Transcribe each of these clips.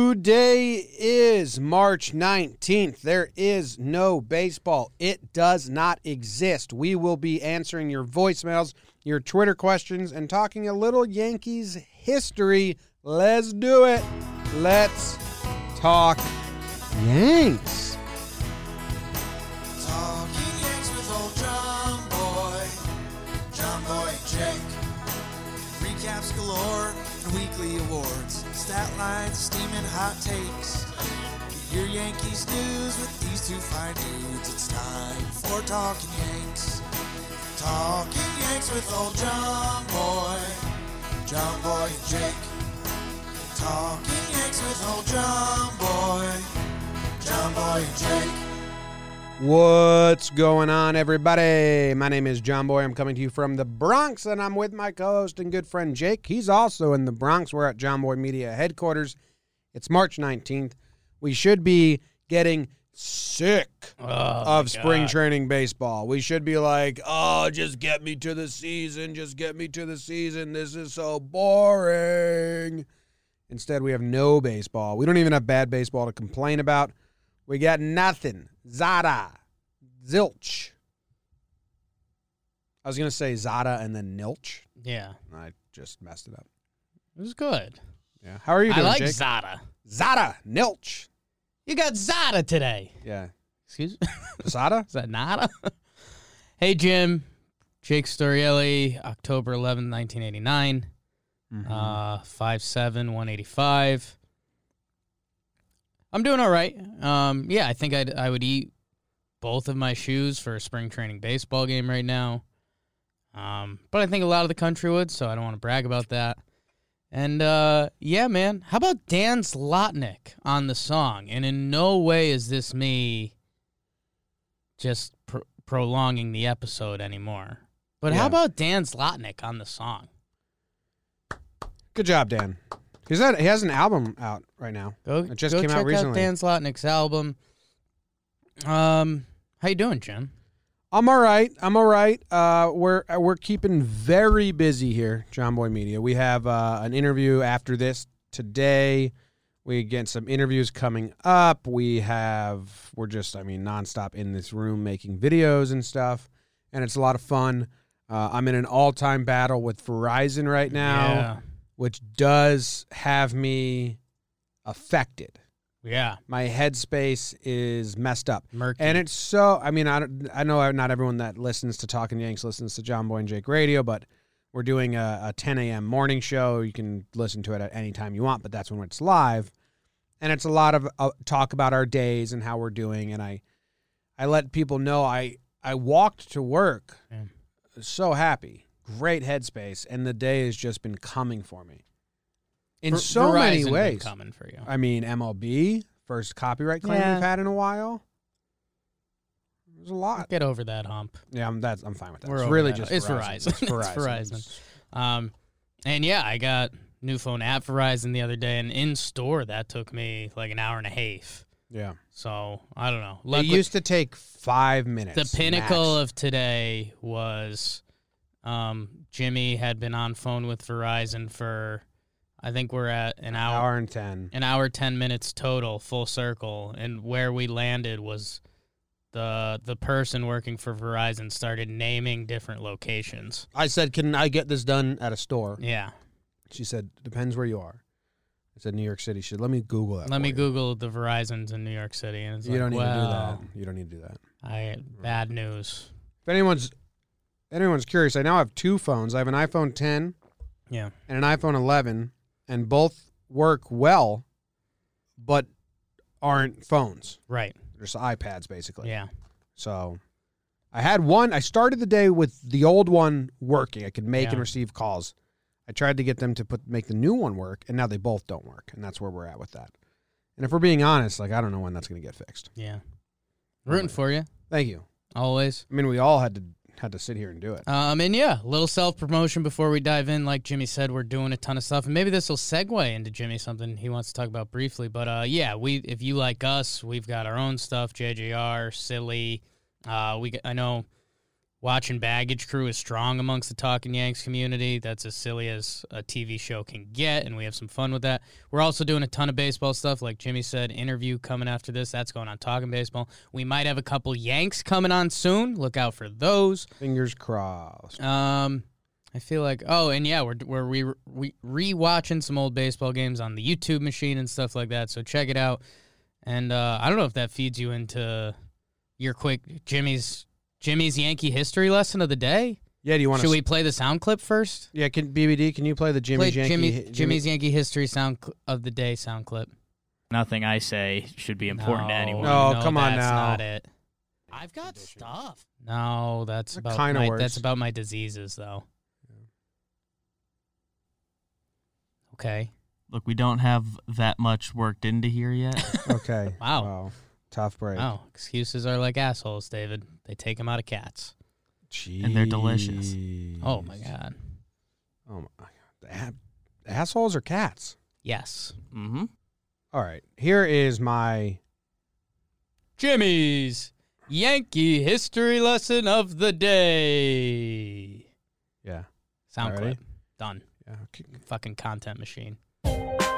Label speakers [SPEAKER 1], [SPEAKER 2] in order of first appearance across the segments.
[SPEAKER 1] Today is March 19th. There is no baseball. It does not exist. We will be answering your voicemails, your Twitter questions, and talking a little Yankees history. Let's do it. Let's talk Yanks.
[SPEAKER 2] Talking Yanks with old John Boy, John Boy and Jake. Recaps galore and weekly awards, stat lines, steaming hot takes. Get your Yankees news with these two fine dudes. It's time for Talking Yanks. Talking Yanks with old John Boy, John Boy and Jake. Talking Yanks with old John Boy, John Boy and Jake.
[SPEAKER 1] What's going on, everybody? My name is John Boy. I'm coming to you from the Bronx, and I'm with my co host and good friend Jake. He's also in the Bronx. We're at John Boy Media headquarters. It's March 19th. We should be getting sick of spring training baseball. We should be like, oh, just get me to the season. Just get me to the season. This is so boring. Instead, we have no baseball. We don't even have bad baseball to complain about. We got nothing. Zada. Zilch. I was going to say Zada and then Nilch.
[SPEAKER 3] Yeah,
[SPEAKER 1] I just messed it up.
[SPEAKER 3] it was good.
[SPEAKER 1] Yeah. How are you
[SPEAKER 3] I
[SPEAKER 1] doing,
[SPEAKER 3] like
[SPEAKER 1] Jake?
[SPEAKER 3] Zada.
[SPEAKER 1] Zada. Nilch.
[SPEAKER 3] You got Zada today.
[SPEAKER 1] Yeah.
[SPEAKER 3] Excuse me?
[SPEAKER 1] Zada?
[SPEAKER 3] Is that Nada? hey, Jim. Jake Storielli, October 11th, 1989.
[SPEAKER 1] Mm-hmm.
[SPEAKER 3] Uh, 5'7", 185. I'm doing all right. Um, yeah, I think I'd, I would eat both of my shoes for a spring training baseball game right now. Um, but I think a lot of the country would, so I don't want to brag about that. And uh, yeah, man, how about Dan Slotnick on the song? And in no way is this me just pr- prolonging the episode anymore. But
[SPEAKER 1] Yeah.
[SPEAKER 3] how about Dan Slotnick on the song?
[SPEAKER 1] Good job, Dan. He's at, he has an album out right now.
[SPEAKER 3] Go,
[SPEAKER 1] It just
[SPEAKER 3] go
[SPEAKER 1] came out
[SPEAKER 3] check
[SPEAKER 1] recently.
[SPEAKER 3] Dan Slotnick's album. Um, how you doing, Jim?
[SPEAKER 1] I'm all right. I'm all right. Uh, we're we're keeping very busy here, John Boy Media. We have uh, an interview after this today. We get some interviews coming up. We have we're just I mean nonstop in this room making videos and stuff, and it's a lot of fun. Uh, I'm in an all time battle with Verizon right now, which does have me affected.
[SPEAKER 3] yeah, yeah,
[SPEAKER 1] My headspace is messed up.
[SPEAKER 3] murky.
[SPEAKER 1] And it's so. I mean, I don't- I know not everyone that listens to Talking Yanks listens to John Boy and Jake Radio, but we're doing a, a 10 a.m. morning show. You can listen to it at any time you want, but that's when it's live. And it's a lot of uh, talk about our days and how we're doing. And I, I let people know I I walked to work,
[SPEAKER 3] Yeah.
[SPEAKER 1] so happy, great headspace, and the day has just been coming for me, in
[SPEAKER 3] Ver-
[SPEAKER 1] so many
[SPEAKER 3] Verizon been
[SPEAKER 1] ways.
[SPEAKER 3] coming for you.
[SPEAKER 1] I mean, MLB first copyright claim
[SPEAKER 3] Yeah.
[SPEAKER 1] we've had in a while. There's a lot.
[SPEAKER 3] Get over that hump.
[SPEAKER 1] Yeah, I'm that's I'm fine with that.
[SPEAKER 3] We're
[SPEAKER 1] it's
[SPEAKER 3] over
[SPEAKER 1] really
[SPEAKER 3] that.
[SPEAKER 1] just
[SPEAKER 3] It's
[SPEAKER 1] Verizon.
[SPEAKER 3] Verizon. It's Verizon. Um, and yeah, I got new phone at Verizon the other day, and in store that took me like an hour and a half.
[SPEAKER 1] Yeah,
[SPEAKER 3] So I don't know.
[SPEAKER 1] it used to take five minutes.
[SPEAKER 3] the pinnacle
[SPEAKER 1] max.
[SPEAKER 3] of today was um, Jimmy had been on phone with Verizon for I think we're at an hour,
[SPEAKER 1] hour and ten.
[SPEAKER 3] an hour ten minutes total, full circle, and where we landed was the the person working for Verizon started naming different locations.
[SPEAKER 1] I said, "Can I get this done at a store?"
[SPEAKER 3] Yeah,
[SPEAKER 1] She said, "Depends where you are." I said, "New York City." She said, "Let me Google that."
[SPEAKER 3] let
[SPEAKER 1] for
[SPEAKER 3] me
[SPEAKER 1] you.
[SPEAKER 3] Google the Verizon's in New York City, and it's
[SPEAKER 1] You
[SPEAKER 3] like,
[SPEAKER 1] don't need
[SPEAKER 3] well,
[SPEAKER 1] to do that. You don't need to do that.
[SPEAKER 3] I bad news.
[SPEAKER 1] If anyone's anyone's curious, I now have two phones. I have an iPhone 10
[SPEAKER 3] Yeah,
[SPEAKER 1] and an iPhone 11, and both work well, but aren't phones.
[SPEAKER 3] right.
[SPEAKER 1] They're just iPads, basically.
[SPEAKER 3] Yeah,
[SPEAKER 1] So I had one. I started the day with the old one working. I could make and
[SPEAKER 3] Yeah.
[SPEAKER 1] receive calls. I tried to get them to put make the new one work, and now they both don't work, and that's where we're at with that. And if we're being honest, like I don't know when that's going to get fixed.
[SPEAKER 3] yeah. Rooting for you
[SPEAKER 1] Thank you.
[SPEAKER 3] always.
[SPEAKER 1] I mean, we all had to had to sit here and do it.
[SPEAKER 3] Um, and yeah, a little self promotion before we dive in. Like Jimmy said, we're doing a ton of stuff, and maybe this will segue into Jimmy something he wants to talk about briefly. But uh, yeah, we if you like us, we've got our own stuff. JJR, silly. Uh, we g- I know Watching Baggage Crew is strong amongst the Talking Yanks community. That's as silly as a TV show can get, and we have some fun with that. We're also doing a ton of baseball stuff, like Jimmy said. Interview coming after this. That's going on Talking Baseball. We might have a couple Yanks coming on soon. Look out for those.
[SPEAKER 1] Fingers crossed.
[SPEAKER 3] Um, I feel like oh, and yeah, we're we're re, re, rewatching some old baseball games on the YouTube machine and stuff like that. So check it out. And uh, I don't know if that feeds you into your quick Jimmy's Jimmy's Yankee history lesson of the day.
[SPEAKER 1] Yeah, do you want
[SPEAKER 3] Should
[SPEAKER 1] to?
[SPEAKER 3] we play the sound clip first?
[SPEAKER 1] yeah, can BBD? Can you play the
[SPEAKER 3] Play
[SPEAKER 1] Jimmy's Yankee?
[SPEAKER 3] Jimmy,
[SPEAKER 1] Jimmy-
[SPEAKER 3] Jimmy's Yankee history sound cl- of the day sound clip.
[SPEAKER 4] Nothing I say should be
[SPEAKER 3] no,
[SPEAKER 4] important to anyone.
[SPEAKER 1] No, Oh, come on
[SPEAKER 3] that's
[SPEAKER 1] now.
[SPEAKER 3] Not it.
[SPEAKER 5] I've got stuff.
[SPEAKER 3] No, that's
[SPEAKER 1] That
[SPEAKER 3] about
[SPEAKER 1] kinda
[SPEAKER 3] my,
[SPEAKER 1] works.
[SPEAKER 3] that's about my diseases though. Okay.
[SPEAKER 4] Look, we don't have that much worked into here yet.
[SPEAKER 1] Okay.
[SPEAKER 3] Wow.
[SPEAKER 1] Tough break.
[SPEAKER 3] Oh, excuses are like assholes, David. They take them out of cats.
[SPEAKER 4] And they're delicious.
[SPEAKER 1] Jeez.
[SPEAKER 3] Oh my god.
[SPEAKER 1] Oh my god. A- assholes or cats?
[SPEAKER 3] Yes.
[SPEAKER 4] mm-hmm.
[SPEAKER 1] All right. Here is my
[SPEAKER 3] Jimmy's Yankee history lesson of the day.
[SPEAKER 1] yeah.
[SPEAKER 3] Sound
[SPEAKER 1] Alrighty.
[SPEAKER 3] clip. Done.
[SPEAKER 1] yeah. c-
[SPEAKER 3] Fucking content machine.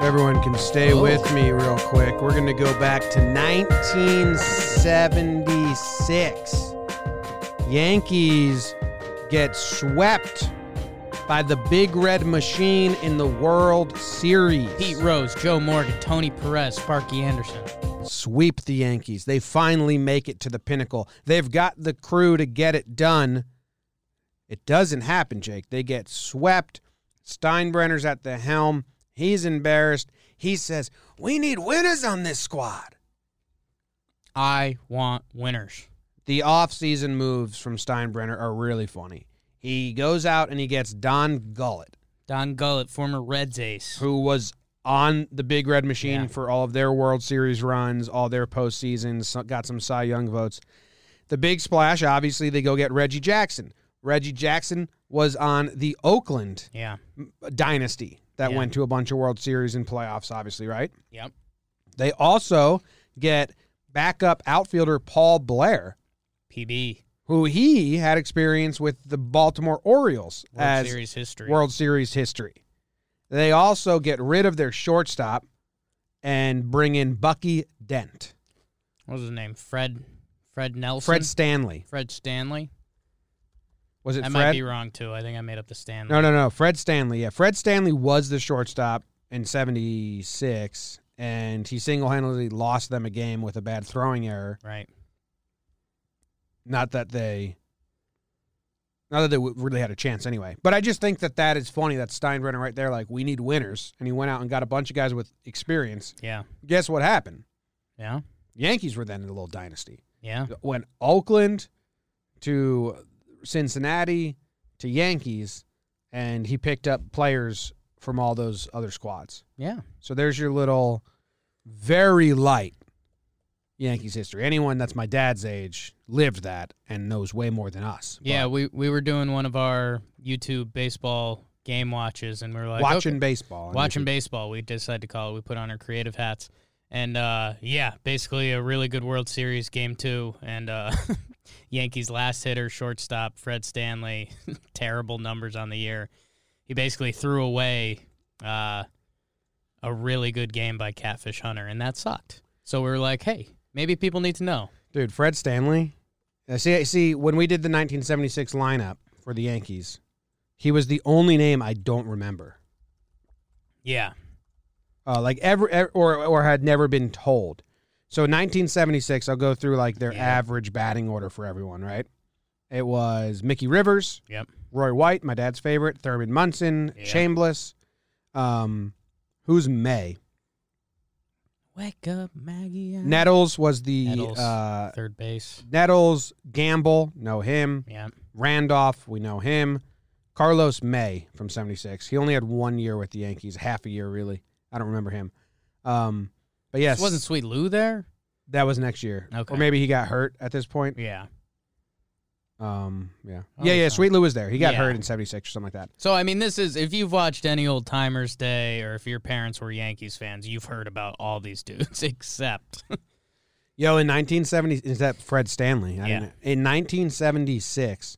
[SPEAKER 1] Everyone can stay
[SPEAKER 3] Oh.
[SPEAKER 1] with me real quick. We're going to go back to 1976. Yankees get swept by the Big Red Machine in the World Series.
[SPEAKER 3] Pete Rose, Joe Morgan, Tony Perez, Sparky Anderson.
[SPEAKER 1] sweep the Yankees. They finally make it to the pinnacle. They've got the crew to get it done. It doesn't happen, Jake. They get swept. Steinbrenner's at the helm. He's embarrassed. He says, We need winners on this squad.
[SPEAKER 3] I want winners.
[SPEAKER 1] The offseason moves from Steinbrenner are really funny. He goes out and he gets Don Gullett,
[SPEAKER 3] Don Gullett, former Reds ace.
[SPEAKER 1] who was on the Big Red Machine
[SPEAKER 3] Yeah.
[SPEAKER 1] for all of their World Series runs, all their postseasons, so- got some Cy Young votes. The big splash, obviously, they go get Reggie Jackson. Reggie Jackson was on the Oakland
[SPEAKER 3] Yeah.
[SPEAKER 1] dynasty that
[SPEAKER 3] Yeah.
[SPEAKER 1] went to a bunch of World Series and playoffs, obviously, right?
[SPEAKER 3] Yep.
[SPEAKER 1] They also get backup outfielder Paul Blair,
[SPEAKER 3] PB.
[SPEAKER 1] who he had experience with the Baltimore Orioles
[SPEAKER 3] World
[SPEAKER 1] as
[SPEAKER 3] Series history.
[SPEAKER 1] World Series history. They also get rid of their shortstop and bring in Bucky Dent,
[SPEAKER 3] What was his name? Fred. Fred Nelson.
[SPEAKER 1] Fred Stanley.
[SPEAKER 3] Fred Stanley.
[SPEAKER 1] Was it
[SPEAKER 3] I might
[SPEAKER 1] Fred?
[SPEAKER 3] be wrong too. I think I made up the Stanley.
[SPEAKER 1] No, no, no. Fred Stanley. Yeah, Fred Stanley was the shortstop in '76, and he single-handedly lost them a game with a bad throwing error.
[SPEAKER 3] Right.
[SPEAKER 1] Not that they, not that they w- really had a chance anyway. But I just think that that is funny. That Steinbrenner right there, like we need winners, and he went out and got a bunch of guys with experience.
[SPEAKER 3] Yeah.
[SPEAKER 1] Guess what happened?
[SPEAKER 3] Yeah.
[SPEAKER 1] Yankees were then in a little dynasty.
[SPEAKER 3] Yeah.
[SPEAKER 1] When Oakland to Cincinnati to Yankees, and he picked up players from all those other squads.
[SPEAKER 3] Yeah.
[SPEAKER 1] So there's your little very light Yankees history. Anyone that's my dad's age lived that and knows way more than us. But
[SPEAKER 3] Yeah. We we were doing one of our YouTube baseball game watches, and we were like
[SPEAKER 1] watching
[SPEAKER 3] okay,
[SPEAKER 1] baseball. and
[SPEAKER 3] watching
[SPEAKER 1] YouTube.
[SPEAKER 3] baseball. We decided to call it. We put on our creative hats, and uh, yeah, basically a really good World Series game two, and uh, Yankees last hitter, shortstop Fred Stanley, terrible numbers on the year. He basically threw away uh, a really good game by Catfish Hunter, and that sucked. So we were like, hey, maybe people need to know.
[SPEAKER 1] Dude, Fred Stanley. I see. I see. When we did the 1976 lineup for the Yankees, he was the only name I don't remember.
[SPEAKER 3] Yeah.
[SPEAKER 1] uh, like ever, ever or or had never been told. So 1976, I'll go through like their
[SPEAKER 3] Yeah.
[SPEAKER 1] average batting order for everyone. Right? It was Mickey Rivers,
[SPEAKER 3] Yep.
[SPEAKER 1] Roy White, my dad's favorite, Thurman Munson,
[SPEAKER 3] Yeah.
[SPEAKER 1] Chambliss. Um, who's May?
[SPEAKER 3] Wake up, Maggie. I'm-
[SPEAKER 1] Nettles was the
[SPEAKER 3] Nettles.
[SPEAKER 1] Uh,
[SPEAKER 3] Third base.
[SPEAKER 1] Nettles. Gamble, know him.
[SPEAKER 3] Yeah.
[SPEAKER 1] Randolph, we know him. Carlos May from 76. He only had one year with the Yankees, half a year really. I don't remember him. Um, but yes,
[SPEAKER 3] This Wasn't Sweet Lou there?
[SPEAKER 1] That was next year.
[SPEAKER 3] Okay.
[SPEAKER 1] Or maybe he got hurt at this point.
[SPEAKER 3] Yeah.
[SPEAKER 1] Um, yeah.
[SPEAKER 3] Oh,
[SPEAKER 1] yeah, yeah.
[SPEAKER 3] so-
[SPEAKER 1] Sweet Lou was there. He got
[SPEAKER 3] Yeah.
[SPEAKER 1] hurt in 76 or something like that.
[SPEAKER 3] So I mean, this is if you've watched any old timers day, or if your parents were Yankees fans, you've heard about all these dudes except
[SPEAKER 1] Yo, in 1970, is that Fred Stanley? I
[SPEAKER 3] Yeah.
[SPEAKER 1] don't know. In 1976,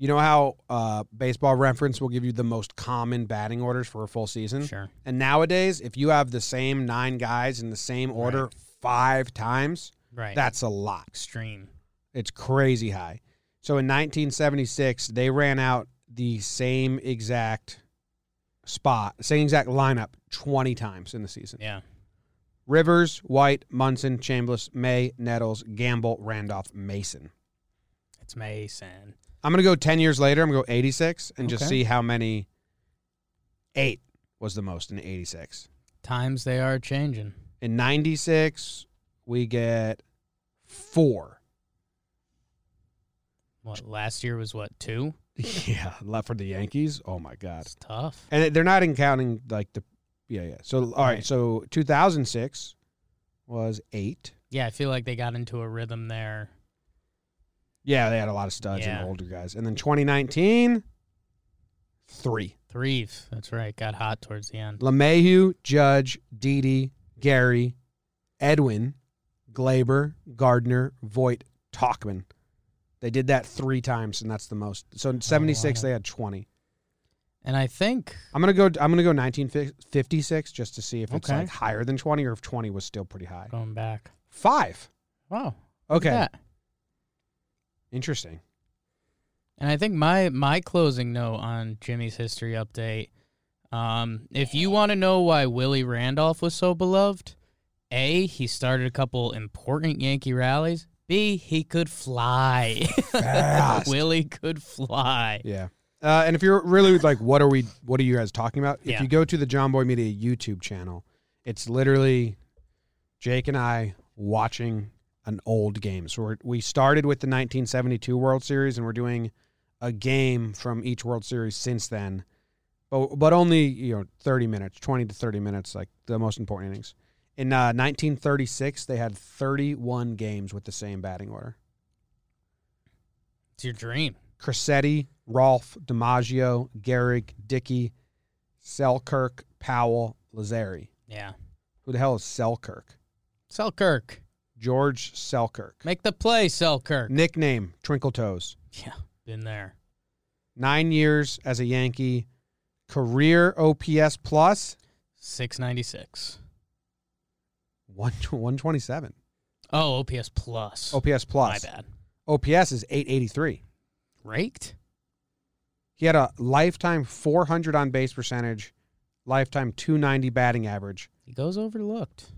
[SPEAKER 1] You know how uh, baseball reference will give you the most common batting orders for a full season?
[SPEAKER 3] Sure.
[SPEAKER 1] And nowadays, if you have the same nine guys in the same order five times,
[SPEAKER 3] Right.
[SPEAKER 1] that's a lot.
[SPEAKER 3] extreme.
[SPEAKER 1] It's crazy high. So in 1976, they ran out the same exact spot, same exact lineup 20 times in the season.
[SPEAKER 3] Yeah.
[SPEAKER 1] Rivers, White, Munson, Chambliss, May, Nettles, Gamble, Randolph, Mason.
[SPEAKER 3] It's Mason.
[SPEAKER 1] I'm going to go 10 years later. I'm going to go 86 and just
[SPEAKER 3] Okay.
[SPEAKER 1] see how many. Eight was the most in 86.
[SPEAKER 3] Times they are changing.
[SPEAKER 1] In 96, we get four.
[SPEAKER 3] What last year was what two?
[SPEAKER 1] yeah. Left for the Yankees. Oh, my God.
[SPEAKER 3] That's tough.
[SPEAKER 1] And they're not in counting like the yeah yeah. So all right,
[SPEAKER 3] Right.
[SPEAKER 1] so 2006 was 8.
[SPEAKER 3] Yeah, I feel like they got into a rhythm there.
[SPEAKER 1] Yeah, they had a lot of studs
[SPEAKER 3] Yeah.
[SPEAKER 1] and older guys. And then 2019 3.
[SPEAKER 3] Three. That's right. Got hot towards the end.
[SPEAKER 1] LeMahieu, Judge, Didi, Gary, Edwin, Glaber, Gardner, Voigt, Talkman. They did that 3 times and that's the most. So in 76
[SPEAKER 3] Oh, wow.
[SPEAKER 1] they had 20.
[SPEAKER 3] And I think
[SPEAKER 1] I'm going to go I'm going to go 1956 just to see if it's
[SPEAKER 3] Okay.
[SPEAKER 1] like higher than 20 or if 20 was still pretty high.
[SPEAKER 3] going back.
[SPEAKER 1] 5.
[SPEAKER 3] Wow. look
[SPEAKER 1] Okay.
[SPEAKER 3] at that.
[SPEAKER 1] Interesting.
[SPEAKER 3] And I think my my closing note on Jimmy's history update. Um, if you want to know why Willie Randolph was so beloved, A, he started a couple important Yankee rallies. B, he could fly.
[SPEAKER 1] Fast.
[SPEAKER 3] Willie could fly.
[SPEAKER 1] Yeah. Uh, and if you're really like, what are we? What are you guys talking about? If
[SPEAKER 3] Yeah.
[SPEAKER 1] you go to the John Boy Media YouTube channel, it's literally Jake and I watching an old game. So we're, we started with the 1972 World Series, and we're doing a game from each World Series since then, but but only you know 30 minutes, 20 to 30 minutes, like the most important innings. In uh, 1936, they had 31 games with the same batting order.
[SPEAKER 3] It's your dream.
[SPEAKER 1] Corsetti, Rolf, DiMaggio, Gehrig, Dickey, Selkirk, Powell, Lazari.
[SPEAKER 3] Yeah.
[SPEAKER 1] Who the hell is Selkirk?
[SPEAKER 3] Selkirk.
[SPEAKER 1] George Selkirk.
[SPEAKER 3] Make the play, Selkirk.
[SPEAKER 1] Nickname Trinkle Toes.
[SPEAKER 3] Yeah. Been there.
[SPEAKER 1] Nine years as a Yankee. Career OPS plus
[SPEAKER 3] 696.
[SPEAKER 1] one, 127.
[SPEAKER 3] Oh, OPS plus.
[SPEAKER 1] OPS plus.
[SPEAKER 3] My bad.
[SPEAKER 1] OPS is 883.
[SPEAKER 3] Raked?
[SPEAKER 1] He had a lifetime 400 on base percentage, lifetime 290 batting average.
[SPEAKER 3] He goes overlooked.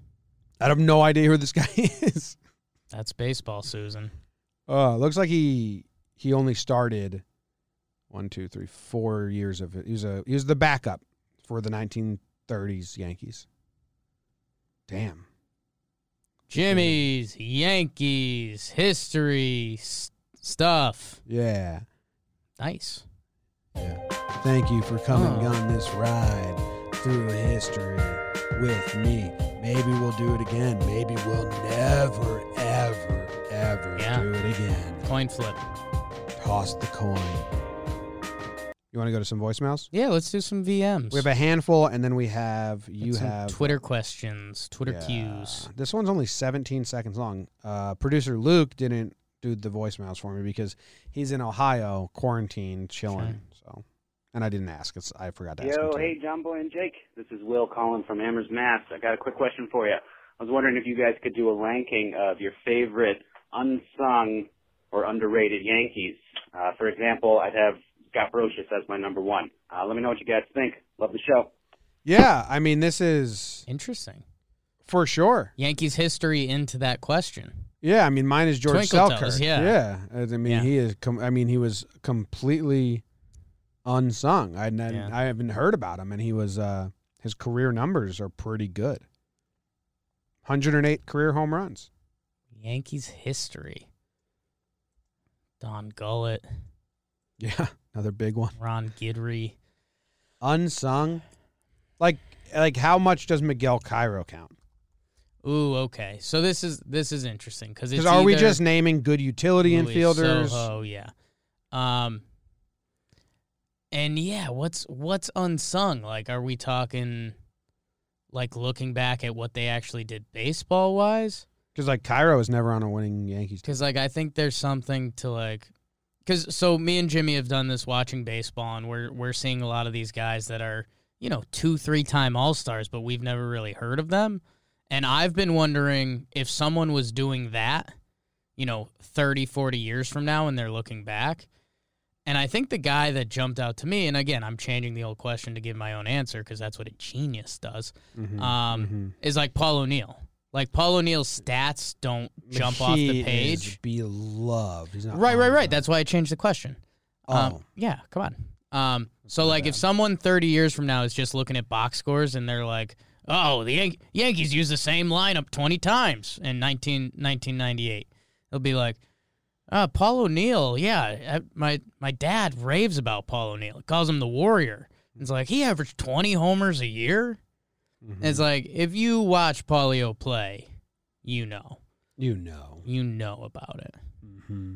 [SPEAKER 1] I have no idea who this guy is.
[SPEAKER 3] That's baseball, Susan.
[SPEAKER 1] Uh, looks like he he only started one, two, three, four years of it. He was a he was the backup for the 1930s Yankees. Damn.
[SPEAKER 3] Jimmy's Yankees history s- stuff.
[SPEAKER 1] Yeah.
[SPEAKER 3] Nice.
[SPEAKER 1] Thank you for coming
[SPEAKER 3] Oh.
[SPEAKER 1] on this ride through history with me. Maybe we'll do it again. Maybe we'll never, ever, ever
[SPEAKER 3] Yeah.
[SPEAKER 1] do it again.
[SPEAKER 3] Coin flip.
[SPEAKER 1] Toss the coin. You want to go to some voicemails?
[SPEAKER 3] Yeah, let's do some VMs.
[SPEAKER 1] We have a handful, and then we have
[SPEAKER 3] Got
[SPEAKER 1] you
[SPEAKER 3] some
[SPEAKER 1] have
[SPEAKER 3] Twitter questions, Twitter
[SPEAKER 1] Yeah.
[SPEAKER 3] cues.
[SPEAKER 1] This one's only 17 seconds long. Uh, producer Luke didn't do the voicemails for me because he's in Ohio, quarantined, chilling.
[SPEAKER 3] Okay.
[SPEAKER 1] So, and I didn't ask. It's, I forgot to ask. him
[SPEAKER 6] Yo,
[SPEAKER 1] too.
[SPEAKER 6] hey, John Boy and Jake. This is Will calling from Amherst, Mass. I got a quick question for you. I was wondering if you guys could do a ranking of your favorite unsung or underrated Yankees. Uh, for example, I'd have Scott Brocious as my number one. Uh, let me know what you guys think. Love the show.
[SPEAKER 1] Yeah, I mean, this is
[SPEAKER 3] Interesting.
[SPEAKER 1] for sure.
[SPEAKER 3] Yankees history into that question.
[SPEAKER 1] Yeah, I mean, mine is George
[SPEAKER 3] Twinkle
[SPEAKER 1] Selkirk.
[SPEAKER 3] Toes, yeah.
[SPEAKER 1] I mean,
[SPEAKER 3] Yeah.
[SPEAKER 1] he is. Com- I mean, he was completely unsung. I, I,
[SPEAKER 3] Yeah.
[SPEAKER 1] I haven't heard about him, and he was. Uh, his career numbers are pretty good. 108 career home runs.
[SPEAKER 3] Yankees history. Don Gullett,
[SPEAKER 1] Yeah, another big one.
[SPEAKER 3] Ron Guidry.
[SPEAKER 1] unsung like like how much does miguel cairo count
[SPEAKER 3] Ooh, okay. So this is this is interesting because
[SPEAKER 1] because are we just naming good utility infielders
[SPEAKER 3] Oh yeah. Um. And yeah, what's what's unsung? Like, are we talking, like looking back at what they actually did baseball wise?
[SPEAKER 1] because like cairo is never on a winning yankees team
[SPEAKER 3] Because like I think there's something to like because so me and Jimmy have done this watching baseball, and we're we're seeing a lot of these guys that are you know two three time All Stars, but we've never really heard of them. And I've been wondering if someone was doing that, you know, 30, 40 years from now, and they're looking back. And I think the guy that jumped out to me, and again, I'm changing the old question to give my own answer because that's what a genius does,
[SPEAKER 1] Mhm.
[SPEAKER 3] um,
[SPEAKER 1] Mhm.
[SPEAKER 3] is like Paul O'Neill. Like Paul O'Neill's stats don't jump off
[SPEAKER 1] He
[SPEAKER 3] the
[SPEAKER 1] is
[SPEAKER 3] page.
[SPEAKER 1] beloved. He's not
[SPEAKER 3] Right, right,
[SPEAKER 1] on
[SPEAKER 3] right.
[SPEAKER 1] the-
[SPEAKER 3] That's why I changed the question.
[SPEAKER 1] um, Oh.
[SPEAKER 3] Um, yeah, come on. Um, so, like, if someone 30 years from now is just looking at box scores and they're like, oh, the Yan- Yankees used the same lineup 20 times in 19, 1998, they'll be like, uh, Paul O'Neill, yeah, I, my, my dad raves about Paul O'Neill. He calls him the Warrior. It's like, he averaged 20 homers a year.
[SPEAKER 1] Mhm.
[SPEAKER 3] It's like, if you watch Paulio play, you know.
[SPEAKER 1] you know.
[SPEAKER 3] You know about it.
[SPEAKER 1] hmm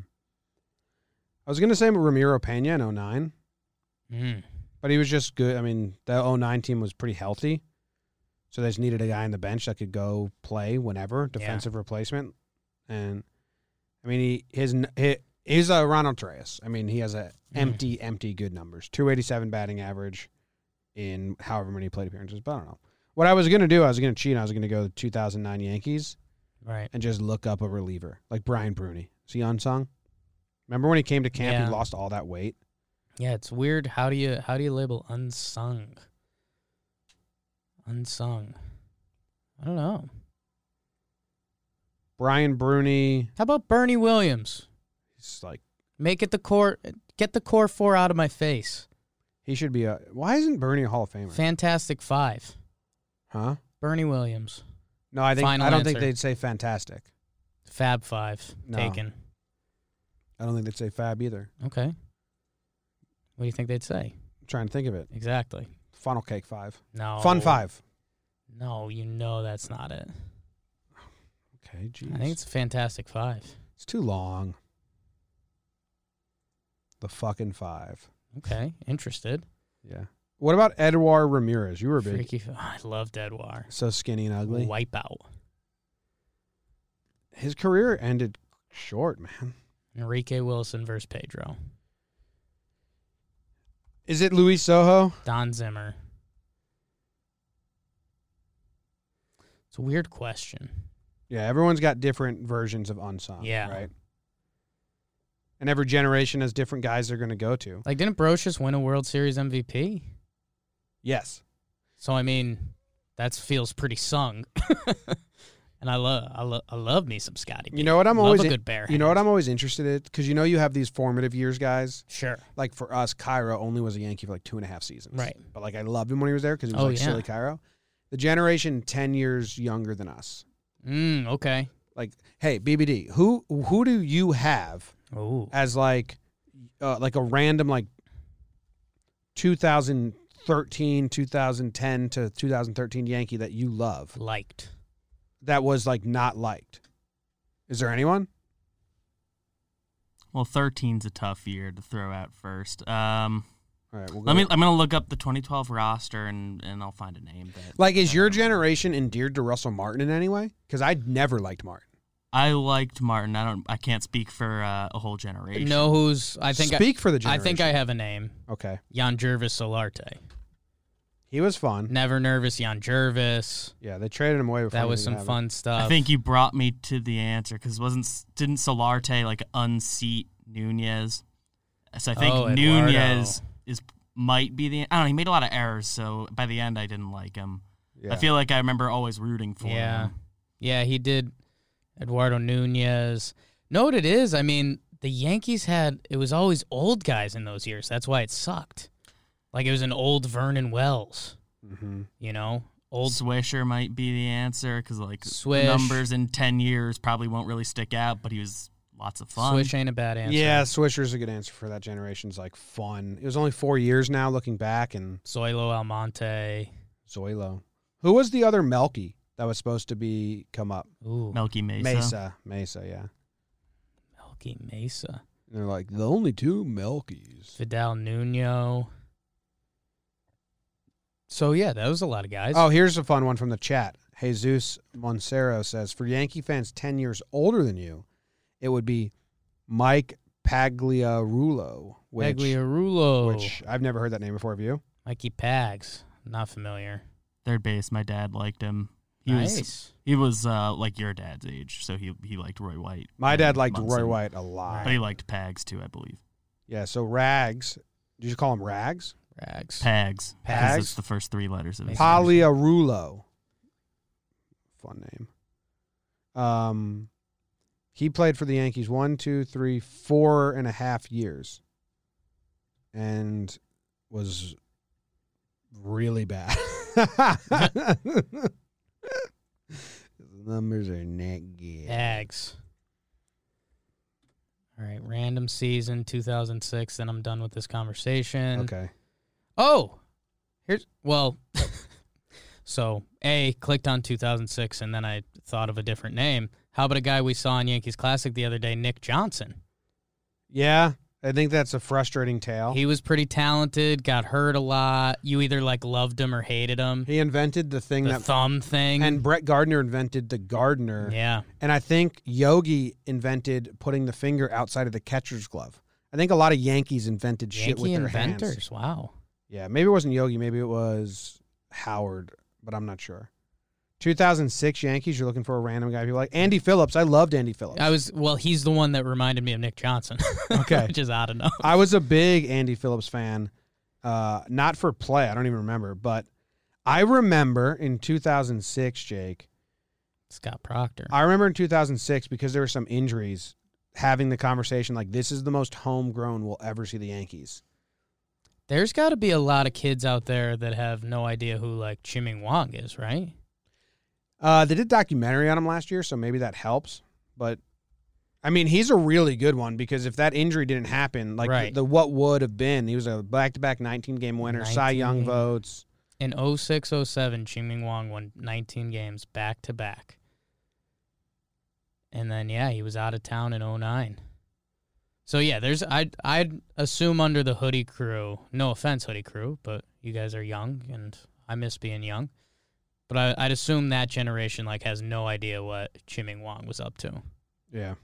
[SPEAKER 1] I was gonna say Ramiro Pena in 09,
[SPEAKER 3] Mm.
[SPEAKER 1] but he was just good. I mean, that 09 team was pretty healthy, so they just needed a guy on the bench that could go play whenever, defensive replacement. And I mean, he his n- he, he's a Ronald Reyes. I mean, he has a empty, empty good numbers. 287 batting average in however many plate appearances. But I don't know. What I was gonna do, I was gonna cheat. and I was gonna go 2009 Yankees.
[SPEAKER 3] Right.
[SPEAKER 1] and just look up a reliever like Brian Bruni. Is he unsung? Remember when he came to camp,
[SPEAKER 3] Yeah.
[SPEAKER 1] he lost all that weight.
[SPEAKER 3] Yeah, it's weird. How do you how do you label unsung? Unsung. I don't know.
[SPEAKER 1] Brian Bruni,
[SPEAKER 3] How about Bernie Williams?
[SPEAKER 1] he's like
[SPEAKER 3] Make it the core. Get the core four out of my face.
[SPEAKER 1] he should be a. Why isn't Bernie a Hall of Famer?
[SPEAKER 3] Fantastic five.
[SPEAKER 1] huh?
[SPEAKER 3] Bernie Williams.
[SPEAKER 1] No, I think
[SPEAKER 3] Final
[SPEAKER 1] I don't think
[SPEAKER 3] answer.
[SPEAKER 1] they'd say fantastic.
[SPEAKER 3] Fab five.
[SPEAKER 1] No.
[SPEAKER 3] Taken.
[SPEAKER 1] I don't think they'd say fab either.
[SPEAKER 3] Okay. What do you think they'd say?
[SPEAKER 1] I'm trying to think of it.
[SPEAKER 3] Exactly.
[SPEAKER 1] Funnel cake five,
[SPEAKER 3] No.
[SPEAKER 1] fun five.
[SPEAKER 3] No, you know that's not it.
[SPEAKER 1] Okay, geez,
[SPEAKER 3] I think it's Fantastic Five.
[SPEAKER 1] it's too long. The fucking five.
[SPEAKER 3] Okay. Interested.
[SPEAKER 1] Yeah. What about Edouard Ramirez? You were big,
[SPEAKER 3] Freaky. f- I love Deadwar.
[SPEAKER 1] so skinny and ugly.
[SPEAKER 3] Wipeout.
[SPEAKER 1] His career ended short, man.
[SPEAKER 3] Enrique Wilson versus Pedro.
[SPEAKER 1] Is it Luis Soho?
[SPEAKER 3] Don Zimmer. It's a weird question.
[SPEAKER 1] Yeah, everyone's got different versions of unsung.
[SPEAKER 3] Yeah.
[SPEAKER 1] Right. And every generation has different guys they're going to go to.
[SPEAKER 3] Like, didn't Brocious win a World Series MVP?
[SPEAKER 1] Yes.
[SPEAKER 3] So I mean, that feels pretty sung. and I love, I, lo- I love me some Scotty. B.
[SPEAKER 1] You know what I'm
[SPEAKER 3] Love
[SPEAKER 1] always
[SPEAKER 3] a
[SPEAKER 1] in-
[SPEAKER 3] good bear.
[SPEAKER 1] You know what I'm always interested in? Because you know you have these formative years, guys.
[SPEAKER 3] Sure.
[SPEAKER 1] Like for us, Cairo only was a Yankee for like two and a half seasons.
[SPEAKER 3] Right.
[SPEAKER 1] But like I loved him when he was there because he was
[SPEAKER 3] Oh,
[SPEAKER 1] like
[SPEAKER 3] yeah.
[SPEAKER 1] silly Cairo. The generation ten years younger than us.
[SPEAKER 3] Mm, okay.
[SPEAKER 1] Like, hey, BBD, who who do you have
[SPEAKER 3] Ooh.
[SPEAKER 1] as like uh, like a random like 2013 2010 to 2013 yankee that you love
[SPEAKER 3] Liked.
[SPEAKER 1] that was like not liked is there anyone
[SPEAKER 4] Well, 13's a tough year to throw out first. Um,
[SPEAKER 1] all right we'll go
[SPEAKER 4] let me. I'm gonna look up the 2012 roster and and I'll find a name. That
[SPEAKER 1] like is your generation endeared to russell martin in any way because i never liked martin
[SPEAKER 4] I liked Martin. I don't. I can't speak for uh, a whole generation.
[SPEAKER 3] Know who's? I think.
[SPEAKER 1] speak
[SPEAKER 3] I,
[SPEAKER 1] for the generation
[SPEAKER 3] I think I have a name.
[SPEAKER 1] okay
[SPEAKER 3] Jan Jervis Solarte.
[SPEAKER 1] he was fun
[SPEAKER 3] Never nervous. Jan Jervis.
[SPEAKER 1] yeah they traded him away before
[SPEAKER 3] That was
[SPEAKER 1] anything happened.
[SPEAKER 3] some fun stuff.
[SPEAKER 4] I think you brought me to the answer because wasn't didn't Solarte like unseat Nunez? So I think
[SPEAKER 3] Oh, Eduardo.
[SPEAKER 4] Nunez is might be the. I don't know. He made a lot of errors, so by the end I didn't like him.
[SPEAKER 1] yeah.
[SPEAKER 4] I feel like I remember always rooting for
[SPEAKER 3] Yeah.
[SPEAKER 4] him.
[SPEAKER 3] Yeah, he did Eduardo Nunez. No, what it is, I mean, the Yankees had it was always old guys in those years. That's why it sucked. Like it was an old Vernon Wells,
[SPEAKER 1] mm-hmm.
[SPEAKER 3] you know?
[SPEAKER 4] Old
[SPEAKER 3] Old
[SPEAKER 4] Swisher might be the answer because like the
[SPEAKER 3] Swish.
[SPEAKER 4] numbers in ten years probably won't really stick out, but he was lots of fun.
[SPEAKER 3] Swish ain't a bad answer.
[SPEAKER 1] yeah swisher's a good answer for that generation's like fun it was only four years now looking back and
[SPEAKER 3] Zoilo Almonte.
[SPEAKER 1] Zoilo. Who was the other Melky that was supposed to be come up?
[SPEAKER 3] Ooh.
[SPEAKER 4] Melky Mesa.
[SPEAKER 1] Mesa. Mesa, yeah.
[SPEAKER 3] Melky Mesa.
[SPEAKER 1] And they're like, the only two Melkies.
[SPEAKER 3] Fidel Nuno. So yeah, that was a lot of guys.
[SPEAKER 1] Oh, here's a fun one from the chat. Jesus Moncero says, for Yankee fans 10 years older than you, it would be Mike Pagliarulo, which,
[SPEAKER 3] Pagliarulo.
[SPEAKER 1] which I've never heard that name before. Have you?
[SPEAKER 3] Mikey Pags. Not familiar.
[SPEAKER 4] Third base. My dad liked him. He
[SPEAKER 3] nice.
[SPEAKER 4] was he was uh, like your dad's age, so he he liked Roy White.
[SPEAKER 1] My
[SPEAKER 4] and
[SPEAKER 1] dad liked Roy
[SPEAKER 4] Munson.
[SPEAKER 1] White a lot.
[SPEAKER 4] but he liked Pags too, I believe.
[SPEAKER 1] Yeah, so Rags. Did you call him Rags?
[SPEAKER 3] Rags.
[SPEAKER 4] Pags. Because
[SPEAKER 1] Pags?
[SPEAKER 4] it's the first three letters of his name.
[SPEAKER 1] Pagliarulo. Fun name. Um, he played for the Yankees one, two, three, four and a half years, and was really bad. the numbers are not good.
[SPEAKER 3] Pags. All right. Random season 2006. Then I'm done with this conversation.
[SPEAKER 1] Okay.
[SPEAKER 3] Oh, here's well. so a clicked on 2006, and then I thought of a different name. How about a guy we saw in Yankees Classic the other day, Nick Johnson?
[SPEAKER 1] Yeah, I think that's a frustrating tale. He,
[SPEAKER 3] He was pretty talented. Got hurt a lot. You either like loved him or hated him.
[SPEAKER 1] invented the thing
[SPEAKER 3] the
[SPEAKER 1] that.
[SPEAKER 3] thumb thing.
[SPEAKER 1] and Brett Gardner invented the gardener.
[SPEAKER 3] yeah,
[SPEAKER 1] And I think Yogi invented putting the finger outside of the catcher's glove. I think a lot of Yankees invented shit with
[SPEAKER 3] Yankee
[SPEAKER 1] their
[SPEAKER 3] inventors.
[SPEAKER 1] hands.
[SPEAKER 3] Wow.
[SPEAKER 1] Yeah, maybe it wasn't Yogi, maybe it was Howard, but I'm not sure. 2006 Yankees, you're looking for a random guy. People are like Andy Phillips. I loved Andy Phillips.
[SPEAKER 3] I was well. He's the one that reminded me of Nick Johnson.
[SPEAKER 1] Okay.
[SPEAKER 3] which is odd enough.
[SPEAKER 1] I was a big Andy Phillips fan, uh, not for play. I don't even remember, but I remember in 2006, Jake.
[SPEAKER 3] Scott Proctor.
[SPEAKER 1] I remember in 2006 because there were some injuries. Having the conversation like this is the most homegrown we'll ever see the Yankees.
[SPEAKER 3] There's got to be a lot of kids out there that have no idea who like Chiming Wong is, right?
[SPEAKER 1] Uh, they did documentary on him last year, so maybe that helps. But I mean, he's a really good one because if that injury didn't happen, like
[SPEAKER 3] Right.
[SPEAKER 1] the, what would have been, he was a back-to-back 19 game winner, Cy
[SPEAKER 3] 19
[SPEAKER 1] Young
[SPEAKER 3] game.
[SPEAKER 1] votes.
[SPEAKER 3] In 06 07, Chiming Wong won 19 games back to back. And then, yeah, he was out of town in 09. So, yeah, there's, I'd, I'd assume under the hoodie crew, no offense, hoodie crew, but you guys are young and I miss being young. But I, I'd assume that generation, like, has no idea what Chiming Wong was up to.
[SPEAKER 1] Yeah,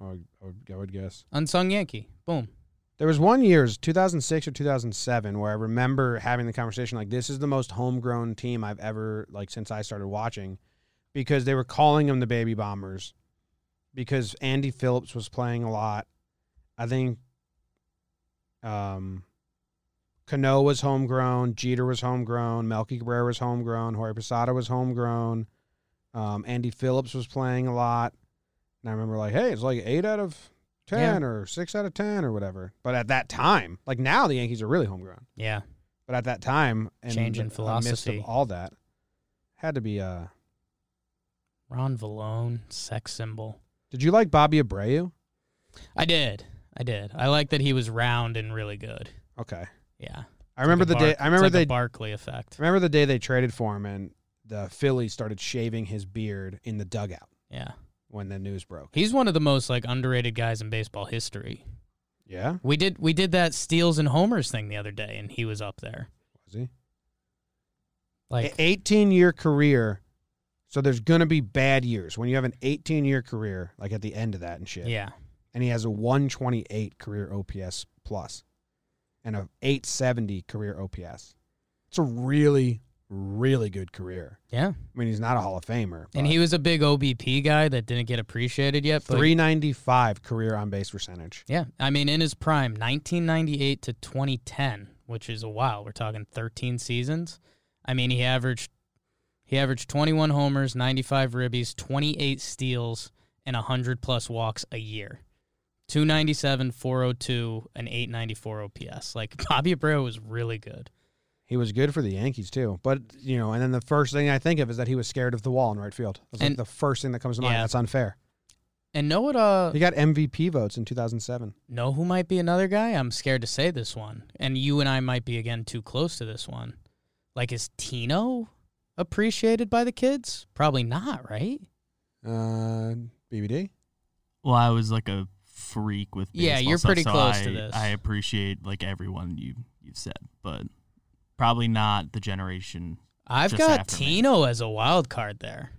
[SPEAKER 1] I would, I would- I would guess.
[SPEAKER 3] Unsung Yankee. Boom.
[SPEAKER 1] There was one year, it was 2006 or 2007, where I remember having the conversation like, "This is the most homegrown team I've ever like since I started watching," because they were calling them the Baby Bombers, because Andy Phillips was playing a lot. I think, um, Cano was homegrown, Jeter was homegrown, Melky Cabrera was homegrown, Jorge Posada was homegrown, um, Andy Phillips was playing a lot, and I remember like, "Hey, it's like eight out of." 10 or 6 out of 10 or whatever. But at that time, like now the Yankees are really homegrown.
[SPEAKER 3] Yeah.
[SPEAKER 1] But at that time, and
[SPEAKER 3] Change in
[SPEAKER 1] the- the midst
[SPEAKER 3] philosophy.
[SPEAKER 1] of all that, had to be. uh
[SPEAKER 3] Ron Valone, sex symbol.
[SPEAKER 1] Did you like Bobby Abreu?
[SPEAKER 3] I did. I did. I like that he was round and really good.
[SPEAKER 1] Okay,
[SPEAKER 3] Yeah.
[SPEAKER 1] I remember
[SPEAKER 3] Like a
[SPEAKER 1] the day.
[SPEAKER 3] Bark-
[SPEAKER 1] I remember
[SPEAKER 3] it's like
[SPEAKER 1] they.
[SPEAKER 3] a Barkley effect.
[SPEAKER 1] remember the day they traded for him, and the Phillies started shaving his beard in the dugout
[SPEAKER 3] Yeah,
[SPEAKER 1] when the news broke.
[SPEAKER 3] he's one of the most like underrated guys in baseball history.
[SPEAKER 1] Yeah,
[SPEAKER 3] We did we did that steals and homers thing the other day, and he was up there.
[SPEAKER 1] was he?
[SPEAKER 3] Like
[SPEAKER 1] A 18 year career. So there's gonna be bad years when you have an 18 year career, like at the end of that and shit.
[SPEAKER 3] yeah,
[SPEAKER 1] and he has a 128 career OPS plus and a 870 career OPS. It's a really, really good career.
[SPEAKER 3] yeah.
[SPEAKER 1] I mean, he's not a Hall of Famer.
[SPEAKER 3] And
[SPEAKER 1] but
[SPEAKER 3] he was a big OBP guy that didn't get appreciated yet. But
[SPEAKER 1] 395 career on base percentage.
[SPEAKER 3] yeah, I mean, in his prime, 1998 to 2010, which is a while. We're talking 13 seasons. I mean, he averaged he averaged 21 homers, 95 ribbies, 28 steals, and 100 plus walks a year. 297, 402, and 894 OPS. Like Bobby Abreu was really good.
[SPEAKER 1] He was good for the Yankees too, but you know. And then the first thing I think of is that he was scared of the wall in right field. That's like
[SPEAKER 3] And-
[SPEAKER 1] the first thing that comes to mind.
[SPEAKER 3] Yeah.
[SPEAKER 1] That's unfair.
[SPEAKER 3] And know what? Uh,
[SPEAKER 1] He got MVP votes in 2007.
[SPEAKER 3] know who might be another guy? I'm scared to say this one, and you and I might be again too close to this one. Like is Tino appreciated by the kids? Probably not, right?
[SPEAKER 1] Uh, BBD.
[SPEAKER 4] Well, I was like a freak with
[SPEAKER 3] Yeah,
[SPEAKER 4] baseball
[SPEAKER 3] you're
[SPEAKER 4] stuff,
[SPEAKER 3] pretty
[SPEAKER 4] so
[SPEAKER 3] close
[SPEAKER 4] I,
[SPEAKER 3] to this.
[SPEAKER 4] I appreciate like everyone you you've said, but probably not the generation.
[SPEAKER 3] I've
[SPEAKER 4] Just
[SPEAKER 3] got
[SPEAKER 4] after me.
[SPEAKER 3] Tino as a wild card there.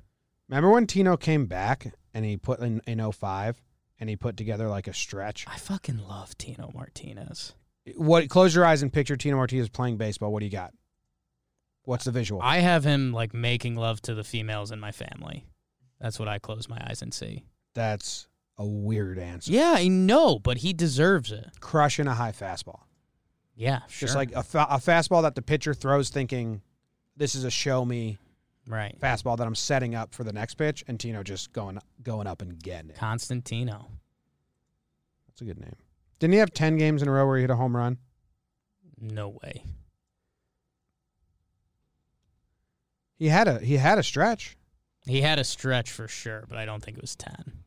[SPEAKER 1] Remember when Tino came back and he put in in 05 and he put together like a stretch.
[SPEAKER 3] I fucking love Tino Martinez.
[SPEAKER 1] What? Close your eyes and picture Tino Martinez playing baseball. What do you got? What's the visual?
[SPEAKER 3] I have him like making love to the females in my family. That's what I close my eyes and see.
[SPEAKER 1] That's a weird answer.
[SPEAKER 3] Yeah, I know, but he deserves it.
[SPEAKER 1] Crushing a high fastball.
[SPEAKER 3] Yeah, sure.
[SPEAKER 1] Just like a, fa- a fastball that the pitcher throws thinking, this is a show me
[SPEAKER 3] right,
[SPEAKER 1] fastball that I'm setting up for the next pitch, and Tino just going going up and getting it.
[SPEAKER 3] Constantino.
[SPEAKER 1] That's a good name. Didn't he have 10 games in a row where he hit a home run?
[SPEAKER 3] No way.
[SPEAKER 1] He had a he had a stretch.
[SPEAKER 3] He had a stretch for sure, but I don't think it was ten.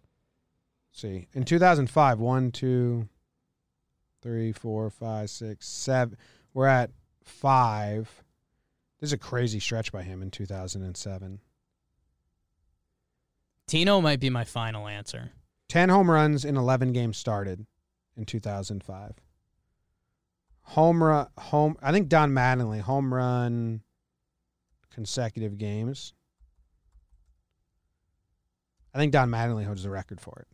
[SPEAKER 1] See, in 2005, one, two, three, four, five, six, seven. We're at five. This is a crazy stretch by him in 2007.
[SPEAKER 3] Tino might be my final answer.
[SPEAKER 1] 10 home runs in 11 games started in 2005. Home run, home. I think Don Mattingly home run consecutive games. I think Don Mattingly holds the record for it.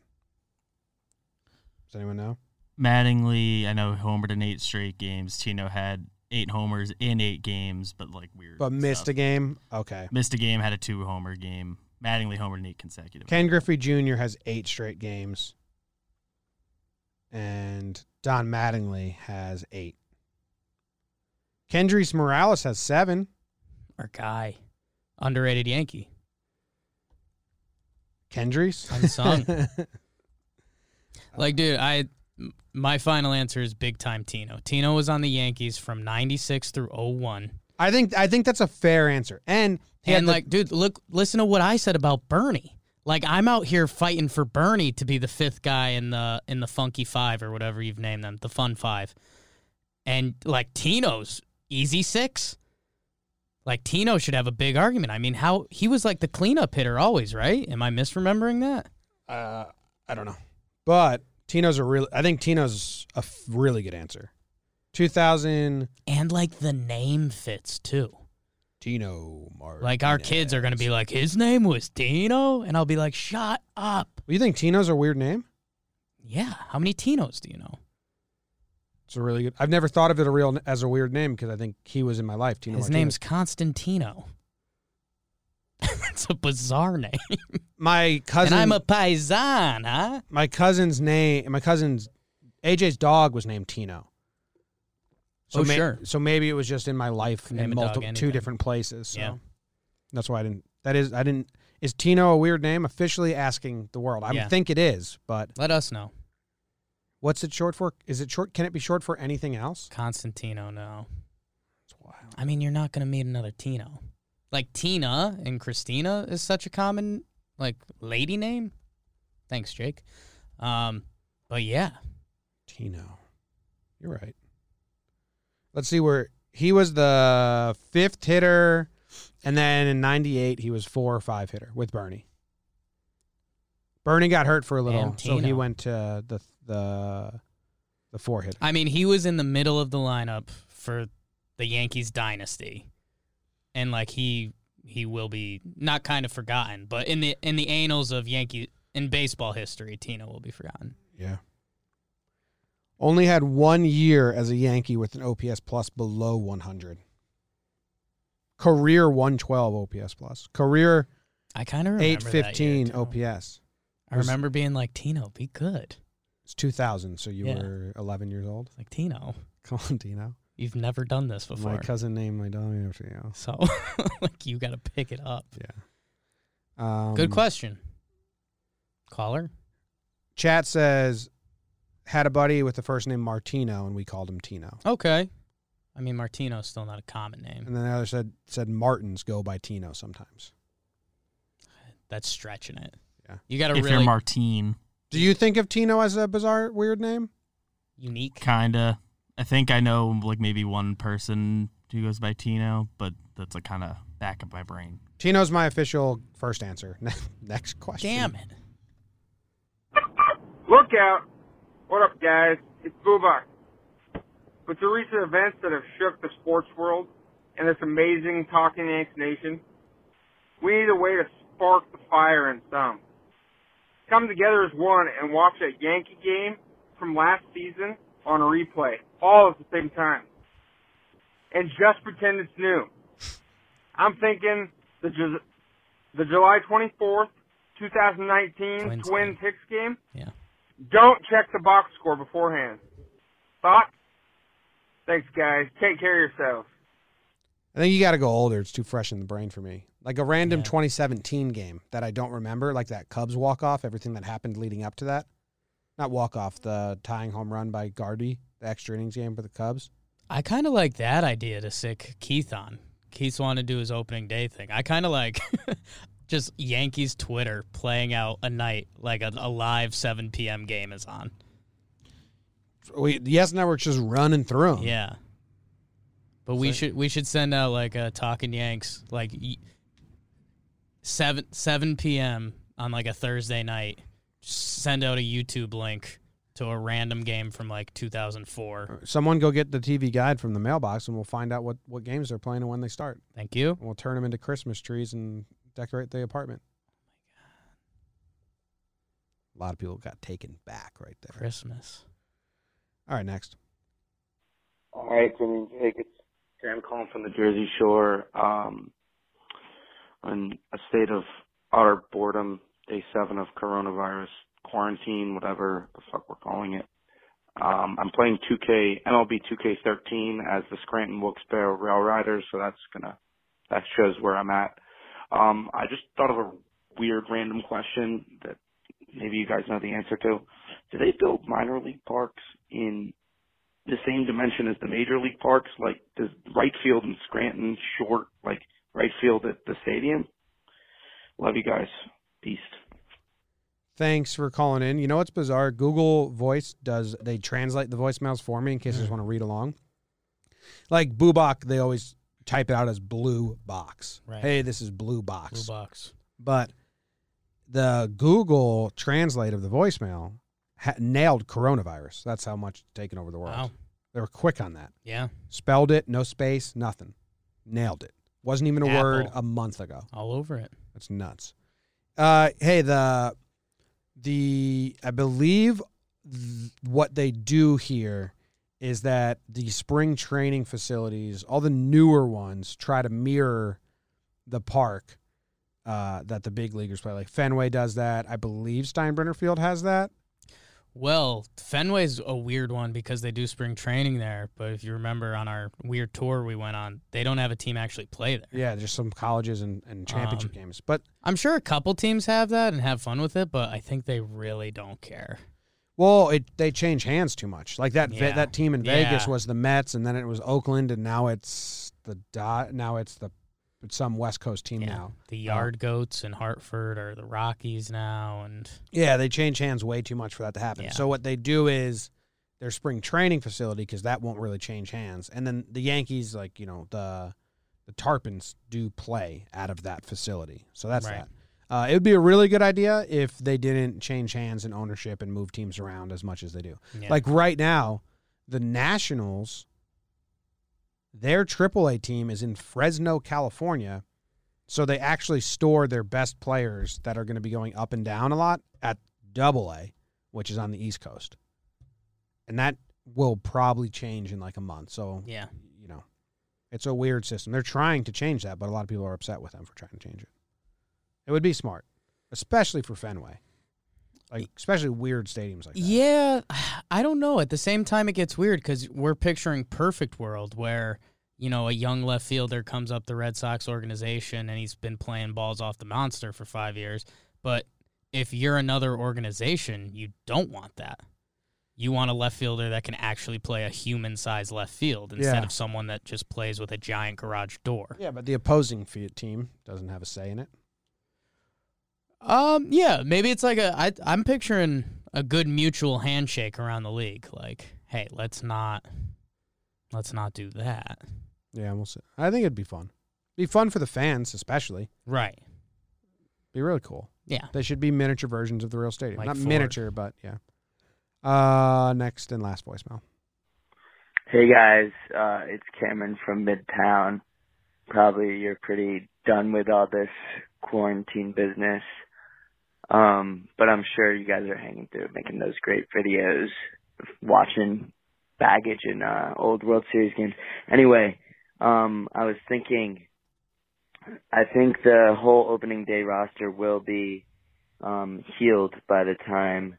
[SPEAKER 1] Does anyone know?
[SPEAKER 4] Mattingly, I know homered in eight straight games. Tino had eight homers in eight games, but like weird.
[SPEAKER 1] But missed a
[SPEAKER 4] stuff.
[SPEAKER 1] game. Okay.
[SPEAKER 4] Missed a game. Had a two homer game. Mattingly homered in eight consecutive.
[SPEAKER 1] Ken Griffey Jr. has eight straight games, and Don Mattingly has eight. Kendrys Morales has seven.
[SPEAKER 3] Our guy, underrated Yankee.
[SPEAKER 1] Kendrys
[SPEAKER 3] Unsung. Like, dude, I m- my final answer is big time Tino. Tino was on the Yankees from '96 through 01.
[SPEAKER 1] I think I think that's a fair answer. And he had
[SPEAKER 3] and
[SPEAKER 1] the-
[SPEAKER 3] like, dude, look, listen to what I said about Bernie. Like, I'm out here fighting for Bernie to be the fifth guy in the in the Funky Five or whatever you've named them, the Fun Five. And like Tino's easy six. Like Tino should have a big argument. I mean, how he was like the cleanup hitter always, right? Am I misremembering that?
[SPEAKER 1] uh, I don't know, but Tino's a real. I think Tino's a f- really good answer. Two thousand
[SPEAKER 3] And like the name fits too.
[SPEAKER 1] Tino Martinez.
[SPEAKER 3] Like our kids are gonna be like, his name was Tino, and I'll be like, shut up.
[SPEAKER 1] You think Tino's a weird name?
[SPEAKER 3] Yeah, how many Tinos do you know?
[SPEAKER 1] It's a really good. I've never thought of it a real as a weird name because I think he was in my life. Tino.
[SPEAKER 3] His
[SPEAKER 1] Martinez.
[SPEAKER 3] name's Constantino. That's a bizarre name.
[SPEAKER 1] my cousin.
[SPEAKER 3] and I'm a paisan, huh?
[SPEAKER 1] my cousin's name. My cousin's AJ's dog was named Tino. So
[SPEAKER 3] Oh,
[SPEAKER 1] may-
[SPEAKER 3] sure.
[SPEAKER 1] So maybe it was just in my life
[SPEAKER 3] Name
[SPEAKER 1] in
[SPEAKER 3] a dog
[SPEAKER 1] multiple two
[SPEAKER 3] anything.
[SPEAKER 1] different places. So
[SPEAKER 3] Yeah.
[SPEAKER 1] that's why I didn't. That is, I didn't. Is Tino a weird name? Officially asking the world. I
[SPEAKER 3] Yeah.
[SPEAKER 1] think it is, but
[SPEAKER 3] Let us know.
[SPEAKER 1] what's it short for? Is it short? Can it be short for anything else?
[SPEAKER 3] Constantino, no.
[SPEAKER 1] It's wild.
[SPEAKER 3] I mean, you're not going to meet another Tino. Like Tina and Christina is such a common like lady name. Thanks, Jake. Um, but yeah,
[SPEAKER 1] Tino. You're right. Let's see where he was the fifth hitter, and then in '98 he was four or five hitter with Bernie. Bernie got hurt for a little,
[SPEAKER 3] And
[SPEAKER 1] so he
[SPEAKER 3] Tino.
[SPEAKER 1] went to the the the four hitter.
[SPEAKER 3] I mean, he was in the middle of the lineup for the Yankees dynasty, and like he he will be not kind of forgotten, but in the in the annals of Yankee in baseball history, Tino will be forgotten.
[SPEAKER 1] Yeah. Only had one year as a Yankee with an OPS plus below 100. Career 112 OPS plus. Career
[SPEAKER 3] I kind of remember that
[SPEAKER 1] 815
[SPEAKER 3] year, too.
[SPEAKER 1] OPS.
[SPEAKER 3] I remember being like Tino, be good,
[SPEAKER 1] It's 2000, so you
[SPEAKER 3] Yeah.
[SPEAKER 1] were 11 years old.
[SPEAKER 3] like Tino.
[SPEAKER 1] Come on, Dino.
[SPEAKER 3] You've never done this before,
[SPEAKER 1] My cousin named my dog after you.
[SPEAKER 3] so like you got to pick it up.
[SPEAKER 1] Yeah. Um,
[SPEAKER 3] good question, caller.
[SPEAKER 1] Chat says, had a buddy with the first name Martino, and we called him Tino.
[SPEAKER 3] Okay, I mean Martino's still not a common name.
[SPEAKER 1] And then the other said said Martins go by Tino sometimes.
[SPEAKER 3] That's stretching it.
[SPEAKER 1] Yeah.
[SPEAKER 3] you got to
[SPEAKER 4] If
[SPEAKER 3] really
[SPEAKER 4] you're Martine,
[SPEAKER 1] Do you think of Tino as a bizarre, weird name?
[SPEAKER 3] unique.
[SPEAKER 4] kinda. I think I know like maybe one person who goes by Tino, but that's like kind of back of my brain.
[SPEAKER 1] Tino's my official first answer. Next question.
[SPEAKER 3] Damn it.
[SPEAKER 7] Look out! What up, guys? It's Bubak. With the recent events that have shook the sports world and this amazing Talking Yanks Nation, we need a way to spark the fire in some. Come together as one and watch a Yankee game from last season on replay, all at the same time. And just pretend it's new. I'm thinking the Ju- the July 24th, 2019
[SPEAKER 3] Twins
[SPEAKER 7] Twins,
[SPEAKER 3] game.
[SPEAKER 7] Hicks game.
[SPEAKER 3] Yeah.
[SPEAKER 7] Don't check the box score beforehand. Thoughts? Thanks, guys. Take care of yourselves.
[SPEAKER 1] I think you got to go older. It's too fresh in the brain for me. Like a random
[SPEAKER 3] Yeah.
[SPEAKER 1] 2017 game that I don't remember, like that Cubs walk off, everything that happened leading up to that. Not walk off, the tying home run by Gardy, the extra innings game for the Cubs.
[SPEAKER 3] I kind of like that idea to sick Keith on. Keith wanted to do his opening day thing. I kind of like just Yankees Twitter playing out a night like a, a live 7 p.m. game is on.
[SPEAKER 1] We, the Yes Network's just running through 'em.
[SPEAKER 3] Yeah. But we should we should send out like a talking Yanks like y- seven seven p.m. on like a Thursday night. Just send out a YouTube link to a random game from like 2004.
[SPEAKER 1] Someone go get the TV guide from the mailbox and we'll find out what, what games they're playing and when they start.
[SPEAKER 3] Thank you.
[SPEAKER 1] And we'll turn them into Christmas trees and decorate the apartment.
[SPEAKER 3] Oh
[SPEAKER 1] A lot of people got taken back right there.
[SPEAKER 3] Christmas.
[SPEAKER 1] All right, next.
[SPEAKER 6] All right, Jimmy and Jake, it's Sam calling from the Jersey Shore. Um, in a state of utter boredom, day seven of coronavirus quarantine, whatever the fuck we're calling it. Um, I'm playing 2K MLB 2K13 as the Scranton Wilkes-Barre Rail Riders, so that's gonna that shows where I'm at. Um, I just thought of a weird random question that maybe you guys know the answer to. Do they build minor league parks in the same dimension as the major league parks? Like, does right field in Scranton short like right field at the stadium? Love you guys. Peace.
[SPEAKER 1] Thanks for calling in. You know what's bizarre? Google Voice does they translate the voicemails for me in
[SPEAKER 3] Mm.
[SPEAKER 1] case I just want to read along. Like Boobach, they always type it out as blue box.
[SPEAKER 3] Right.
[SPEAKER 1] Hey, this is blue box.
[SPEAKER 3] Blue box.
[SPEAKER 1] But the Google translate of the voicemail ha- nailed coronavirus. That's how much it's taken over the world.
[SPEAKER 3] Wow.
[SPEAKER 1] They were quick on that.
[SPEAKER 3] Yeah.
[SPEAKER 1] Spelled it, no space, nothing. Nailed it. Wasn't even a word
[SPEAKER 3] Apple.
[SPEAKER 1] a month ago.
[SPEAKER 3] All over it.
[SPEAKER 1] That's nuts. Uh, hey, the the I believe th- what they do here is that the spring training facilities, all the newer ones, try to mirror the park uh, that the big leaguers play. Like Fenway does that. I believe Steinbrenner Field has that.
[SPEAKER 3] Well, Fenway's a weird one because they do spring training there. But if you remember on our weird tour we went on, they don't have a team actually play there.
[SPEAKER 1] Yeah, there's some colleges and, and championship
[SPEAKER 3] Um,
[SPEAKER 1] games, but
[SPEAKER 3] I'm sure a couple teams have that and have fun with it, but I think they really don't care.
[SPEAKER 1] Well, it they change hands too much. Like that Ve-
[SPEAKER 3] Yeah.
[SPEAKER 1] that team in Vegas
[SPEAKER 3] Yeah.
[SPEAKER 1] was the Mets, and then it was Oakland, and now it's the dot. Now it's the it's some West Coast team now.
[SPEAKER 3] The Yard Goats in Hartford are the Rockies now, and
[SPEAKER 1] Yeah, they change hands way too much for that to happen.
[SPEAKER 3] Yeah.
[SPEAKER 1] So what they do is their spring training facility because that won't really change hands, and then the Yankees, like you know the the Tarpons, do play out of that facility. So that's
[SPEAKER 3] Right.
[SPEAKER 1] that. Uh, it would be a really good idea if they didn't change hands and ownership and move teams around as much as they do.
[SPEAKER 3] yeah.
[SPEAKER 1] Like right now, the Nationals, their AAA team is in Fresno, California. So they actually store their best players that are going to be going up and down a lot at Double A, which is on the East Coast. And that will probably change in like a month. So,
[SPEAKER 3] yeah,
[SPEAKER 1] you know, it's a weird system. They're trying to change that, but a lot of people are upset with them for trying to change it. It would be smart, especially for Fenway. Like, especially weird stadiums like that.
[SPEAKER 3] yeah. I don't know. At the same time, it gets weird because we're picturing perfect world where you know a young left fielder comes up the Red Sox organization and he's been playing balls off the monster for five years. But if you're another organization, you don't want that. You want a left fielder that can actually play a human sized left field instead
[SPEAKER 1] Yeah.
[SPEAKER 3] of someone that just plays with a giant garage door.
[SPEAKER 1] Yeah, but the opposing fe- team doesn't have a say in it.
[SPEAKER 3] Um, yeah, maybe it's like a. I, I'm picturing a good mutual handshake around the league. Like, hey, let's not, let's not do that.
[SPEAKER 1] Yeah, we'll see. I think it'd be fun. Be fun for the fans, especially.
[SPEAKER 3] Right.
[SPEAKER 1] Be really cool.
[SPEAKER 3] Yeah.
[SPEAKER 1] They should be miniature versions of the real stadium.
[SPEAKER 3] Like
[SPEAKER 1] Not
[SPEAKER 3] Ford.
[SPEAKER 1] miniature, but yeah. Uh, next and last voicemail.
[SPEAKER 8] Hey guys, uh, it's Cameron from Midtown. Probably you're pretty done with all this quarantine business. Um, but I'm sure you guys are hanging through, making those great videos, watching baggage and uh, old World Series games. Anyway, um, I was thinking, I think the whole opening day roster will be um, healed by the time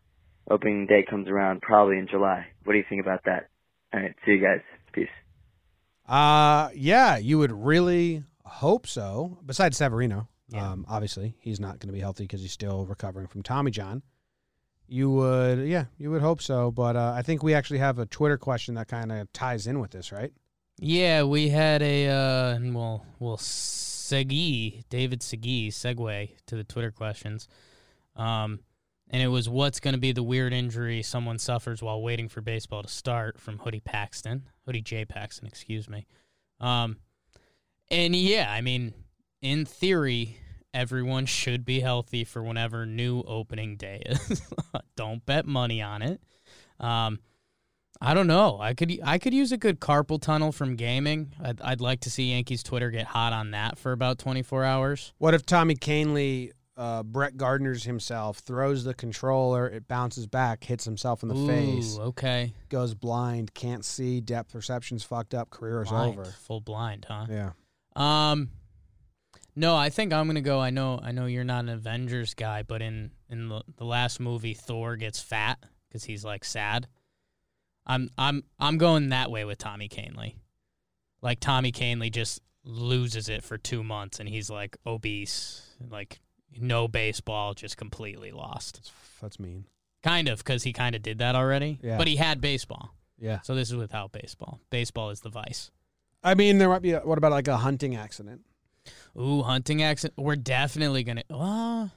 [SPEAKER 8] opening day comes around, probably in July. What do you think about that? All right, see you guys. Peace.
[SPEAKER 1] Uh, yeah, you would really hope so. Besides Severino,
[SPEAKER 3] Yeah.
[SPEAKER 1] um, obviously he's not going to be healthy because he's still recovering from Tommy John. You would, yeah, you would hope so. But uh, I think we actually have a Twitter question that kind of ties in with this, right?
[SPEAKER 3] Yeah, we had a uh, and we'll we'll segue David Segue segue to the Twitter questions, um, and it was what's going to be the weird injury someone suffers while waiting for baseball to start from Hoodie Paxton, Hoodie J Paxton, excuse me, um, and yeah, I mean, in theory, everyone should be healthy for whenever new opening day is. Don't bet money on it. Um, I don't know. I could I could use a good carpal tunnel from gaming. I'd, I'd like to see Yankees Twitter get hot on that for about 24 hours.
[SPEAKER 1] What if Tommy Canley, uh, Brett Gardner's himself, throws the controller, it bounces back, hits himself in the
[SPEAKER 3] Ooh,
[SPEAKER 1] face,
[SPEAKER 3] okay.
[SPEAKER 1] goes blind, can't see, depth perception's fucked up, career is
[SPEAKER 3] Blind.
[SPEAKER 1] over.
[SPEAKER 3] Full blind, huh?
[SPEAKER 1] Yeah.
[SPEAKER 3] Um, no, I think I'm gonna go. I know, I know you're not an Avengers guy, but in in the, the last movie, Thor gets fat because he's like sad. I'm I'm I'm going that way with Tommy Canley. Like Tommy Canley just loses it for two months, and he's like obese, like no baseball, just completely lost.
[SPEAKER 1] That's, that's mean.
[SPEAKER 3] Kind of because he kind of did that already,
[SPEAKER 1] Yeah.
[SPEAKER 3] but he had baseball.
[SPEAKER 1] Yeah.
[SPEAKER 3] So this is without baseball. Baseball is the vice.
[SPEAKER 1] I mean, there might be, a, what about like a hunting accident?
[SPEAKER 3] Ooh, hunting accent. We're definitely gonna. Well,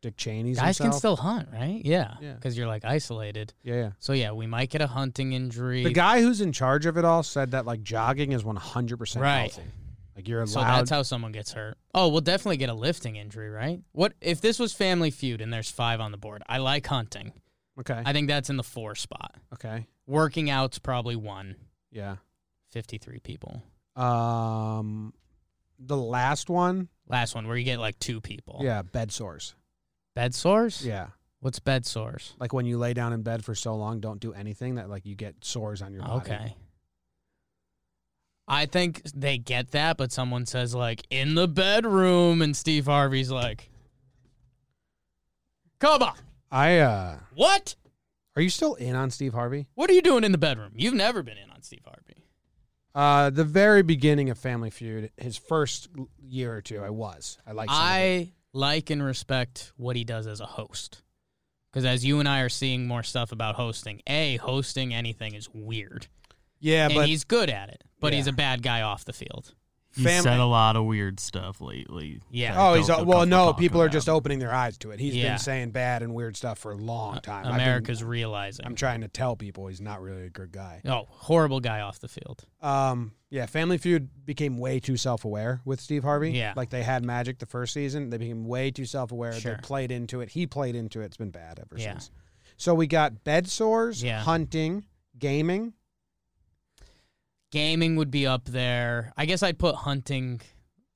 [SPEAKER 1] Dick Cheney's
[SPEAKER 3] guys
[SPEAKER 1] himself?
[SPEAKER 3] can still hunt, right? Yeah,
[SPEAKER 1] Yeah.
[SPEAKER 3] because you're like isolated.
[SPEAKER 1] Yeah, yeah.
[SPEAKER 3] So yeah, we might get a hunting injury.
[SPEAKER 1] The guy who's in charge of it all said that like jogging is 100%
[SPEAKER 3] Right.
[SPEAKER 1] healthy. Like you're allowed.
[SPEAKER 3] so that's how someone gets hurt. Oh, we'll definitely get a lifting injury, right? What if this was Family Feud and there's five on the board? I like hunting.
[SPEAKER 1] okay.
[SPEAKER 3] I think that's in the four spot.
[SPEAKER 1] okay.
[SPEAKER 3] Working out's probably one.
[SPEAKER 1] Yeah.
[SPEAKER 3] 53 people.
[SPEAKER 1] Um, the last one.
[SPEAKER 3] Last one where you get like two people.
[SPEAKER 1] Yeah. Bed sores.
[SPEAKER 3] Bed sores?
[SPEAKER 1] Yeah.
[SPEAKER 3] What's bed sores?
[SPEAKER 1] Like when you lay down in bed for so long, don't do anything that like you get sores on your body.
[SPEAKER 3] Okay. I think they get that, but someone says like in the bedroom, and Steve Harvey's like, "Come on,
[SPEAKER 1] I, uh,
[SPEAKER 3] what?
[SPEAKER 1] are you still in on Steve Harvey?
[SPEAKER 3] What are you doing in the bedroom? You've never been in on Steve Harvey."
[SPEAKER 1] Uh, the very beginning of Family Feud, his first year or two, I was. I like.
[SPEAKER 3] I like and respect what he does as a host, because as you and I are seeing more stuff about hosting, a hosting anything is weird,
[SPEAKER 1] Yeah,
[SPEAKER 3] and
[SPEAKER 1] but
[SPEAKER 3] he's good at it, but he's
[SPEAKER 1] Yeah.
[SPEAKER 3] a bad guy off the field.
[SPEAKER 4] He
[SPEAKER 1] Family-
[SPEAKER 4] said a lot of weird stuff lately.
[SPEAKER 3] Yeah.
[SPEAKER 4] that
[SPEAKER 1] Oh, he's
[SPEAKER 4] don't feel
[SPEAKER 1] well. No,
[SPEAKER 4] comfortable
[SPEAKER 1] people are
[SPEAKER 4] talking
[SPEAKER 1] just
[SPEAKER 4] about.
[SPEAKER 1] opening their eyes to it. He's
[SPEAKER 3] Yeah. Uh,
[SPEAKER 1] been saying bad and weird stuff for a long time. I've been-
[SPEAKER 3] America's realizing.
[SPEAKER 1] I'm trying to tell people he's not really a good guy.
[SPEAKER 3] Oh, horrible guy off the field.
[SPEAKER 1] Um, yeah, Family Feud became way too self-aware with Steve Harvey.
[SPEAKER 3] Yeah.
[SPEAKER 1] like they had magic the first season. They became way too self-aware.
[SPEAKER 3] Sure.
[SPEAKER 1] They played into it. He played into it. It's been bad ever
[SPEAKER 3] Yeah.
[SPEAKER 1] since. So we got bed sores,
[SPEAKER 3] Yeah.
[SPEAKER 1] hunting, gaming.
[SPEAKER 3] Gaming would be up there. I guess I'd put hunting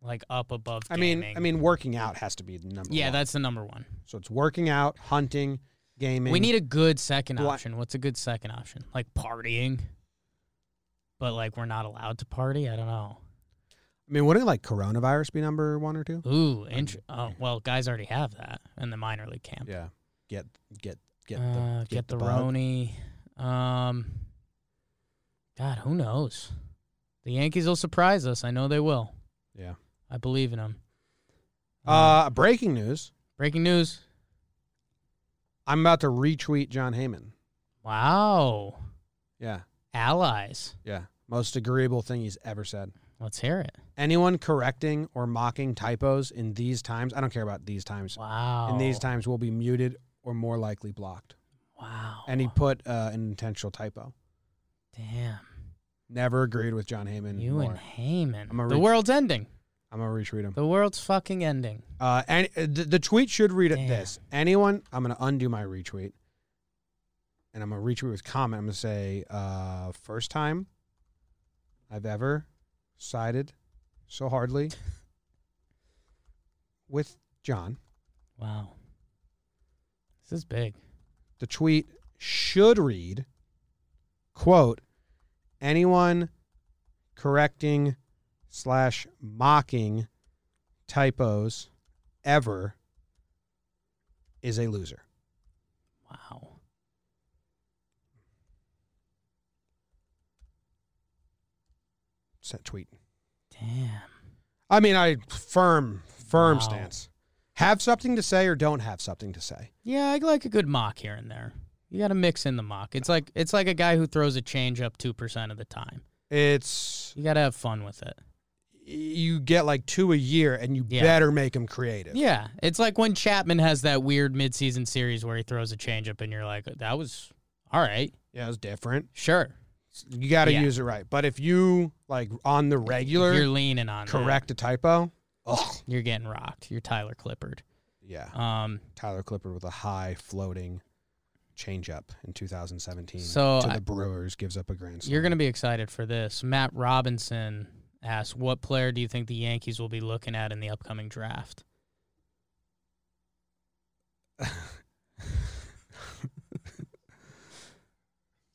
[SPEAKER 3] like up above.
[SPEAKER 1] I mean,
[SPEAKER 3] gaming.
[SPEAKER 1] I mean, working out has to be the number.
[SPEAKER 3] yeah,
[SPEAKER 1] one.
[SPEAKER 3] that's the number one.
[SPEAKER 1] so it's working out, hunting, gaming.
[SPEAKER 3] We need a good second
[SPEAKER 1] Bla-
[SPEAKER 3] option. What's a good second option? Like partying, but like we're not allowed to party. I don't know.
[SPEAKER 1] I mean, wouldn't like coronavirus be number one or two?
[SPEAKER 3] Ooh, int- oh well, guys already have that in the minor league camp.
[SPEAKER 1] Yeah, get get get the
[SPEAKER 3] Uh,
[SPEAKER 1] get, the, bug.
[SPEAKER 3] Roni. Um, God, who knows? The Yankees will surprise us. I know they will.
[SPEAKER 1] Yeah.
[SPEAKER 3] I believe in them.
[SPEAKER 1] Uh, breaking news.
[SPEAKER 3] breaking news.
[SPEAKER 1] I'm about to retweet John Heyman.
[SPEAKER 3] Wow.
[SPEAKER 1] Yeah,
[SPEAKER 3] Allies.
[SPEAKER 1] yeah. Most agreeable thing he's ever said.
[SPEAKER 3] Let's hear it.
[SPEAKER 1] Anyone correcting or mocking typos in these times, I don't care about these times.
[SPEAKER 3] Wow.
[SPEAKER 1] In these times, will be muted or more likely blocked.
[SPEAKER 3] Wow.
[SPEAKER 1] And he put uh, an intentional typo.
[SPEAKER 3] Damn.
[SPEAKER 1] Never agreed with John Heyman
[SPEAKER 3] You
[SPEAKER 1] more.
[SPEAKER 3] and Heyman.
[SPEAKER 1] I'm a
[SPEAKER 3] the
[SPEAKER 1] re-
[SPEAKER 3] world's ending.
[SPEAKER 1] I'm gonna retweet him.
[SPEAKER 3] The world's fucking ending.
[SPEAKER 1] Uh, and uh, the, the tweet should read it
[SPEAKER 3] Damn.
[SPEAKER 1] this: Anyone, I'm gonna undo my retweet, and I'm gonna retweet with comment. I'm gonna say, uh, first time I've ever sided so hardly with John
[SPEAKER 3] Wow. This is big.
[SPEAKER 1] The tweet should read, quote, anyone correcting slash mocking typos ever is a loser.
[SPEAKER 3] Wow.
[SPEAKER 1] Set tweet.
[SPEAKER 3] Damn.
[SPEAKER 1] I mean, I firm, firm
[SPEAKER 3] Wow.
[SPEAKER 1] stance. Have something to say or don't have something to say.
[SPEAKER 3] Yeah, I like a good mock here and there. You got to mix in the mock. It's like it's like a guy who throws a change up two percent of the time.
[SPEAKER 1] It's
[SPEAKER 3] You got to have fun with it.
[SPEAKER 1] you get like two a year, and you
[SPEAKER 3] Yeah.
[SPEAKER 1] better make them creative.
[SPEAKER 3] Yeah, it's like when Chapman has that weird midseason series where he throws a change up, and you're like, that was all right.
[SPEAKER 1] yeah it's different.
[SPEAKER 3] Sure,
[SPEAKER 1] You got to
[SPEAKER 3] Yeah.
[SPEAKER 1] use it right. But if you like on the regular
[SPEAKER 3] you're leaning on that.
[SPEAKER 1] correct a typo, oh
[SPEAKER 3] You're getting rocked. You're Tyler Clippard.
[SPEAKER 1] yeah,
[SPEAKER 3] Um,
[SPEAKER 1] Tyler Clippard with a high floating changeup in 2017
[SPEAKER 3] So
[SPEAKER 1] to
[SPEAKER 3] I-
[SPEAKER 1] the Brewers gives up a grand slam.
[SPEAKER 3] You're going to be excited for this. Matt Robinson asks, "What player do you think the Yankees will be looking at in the upcoming draft?"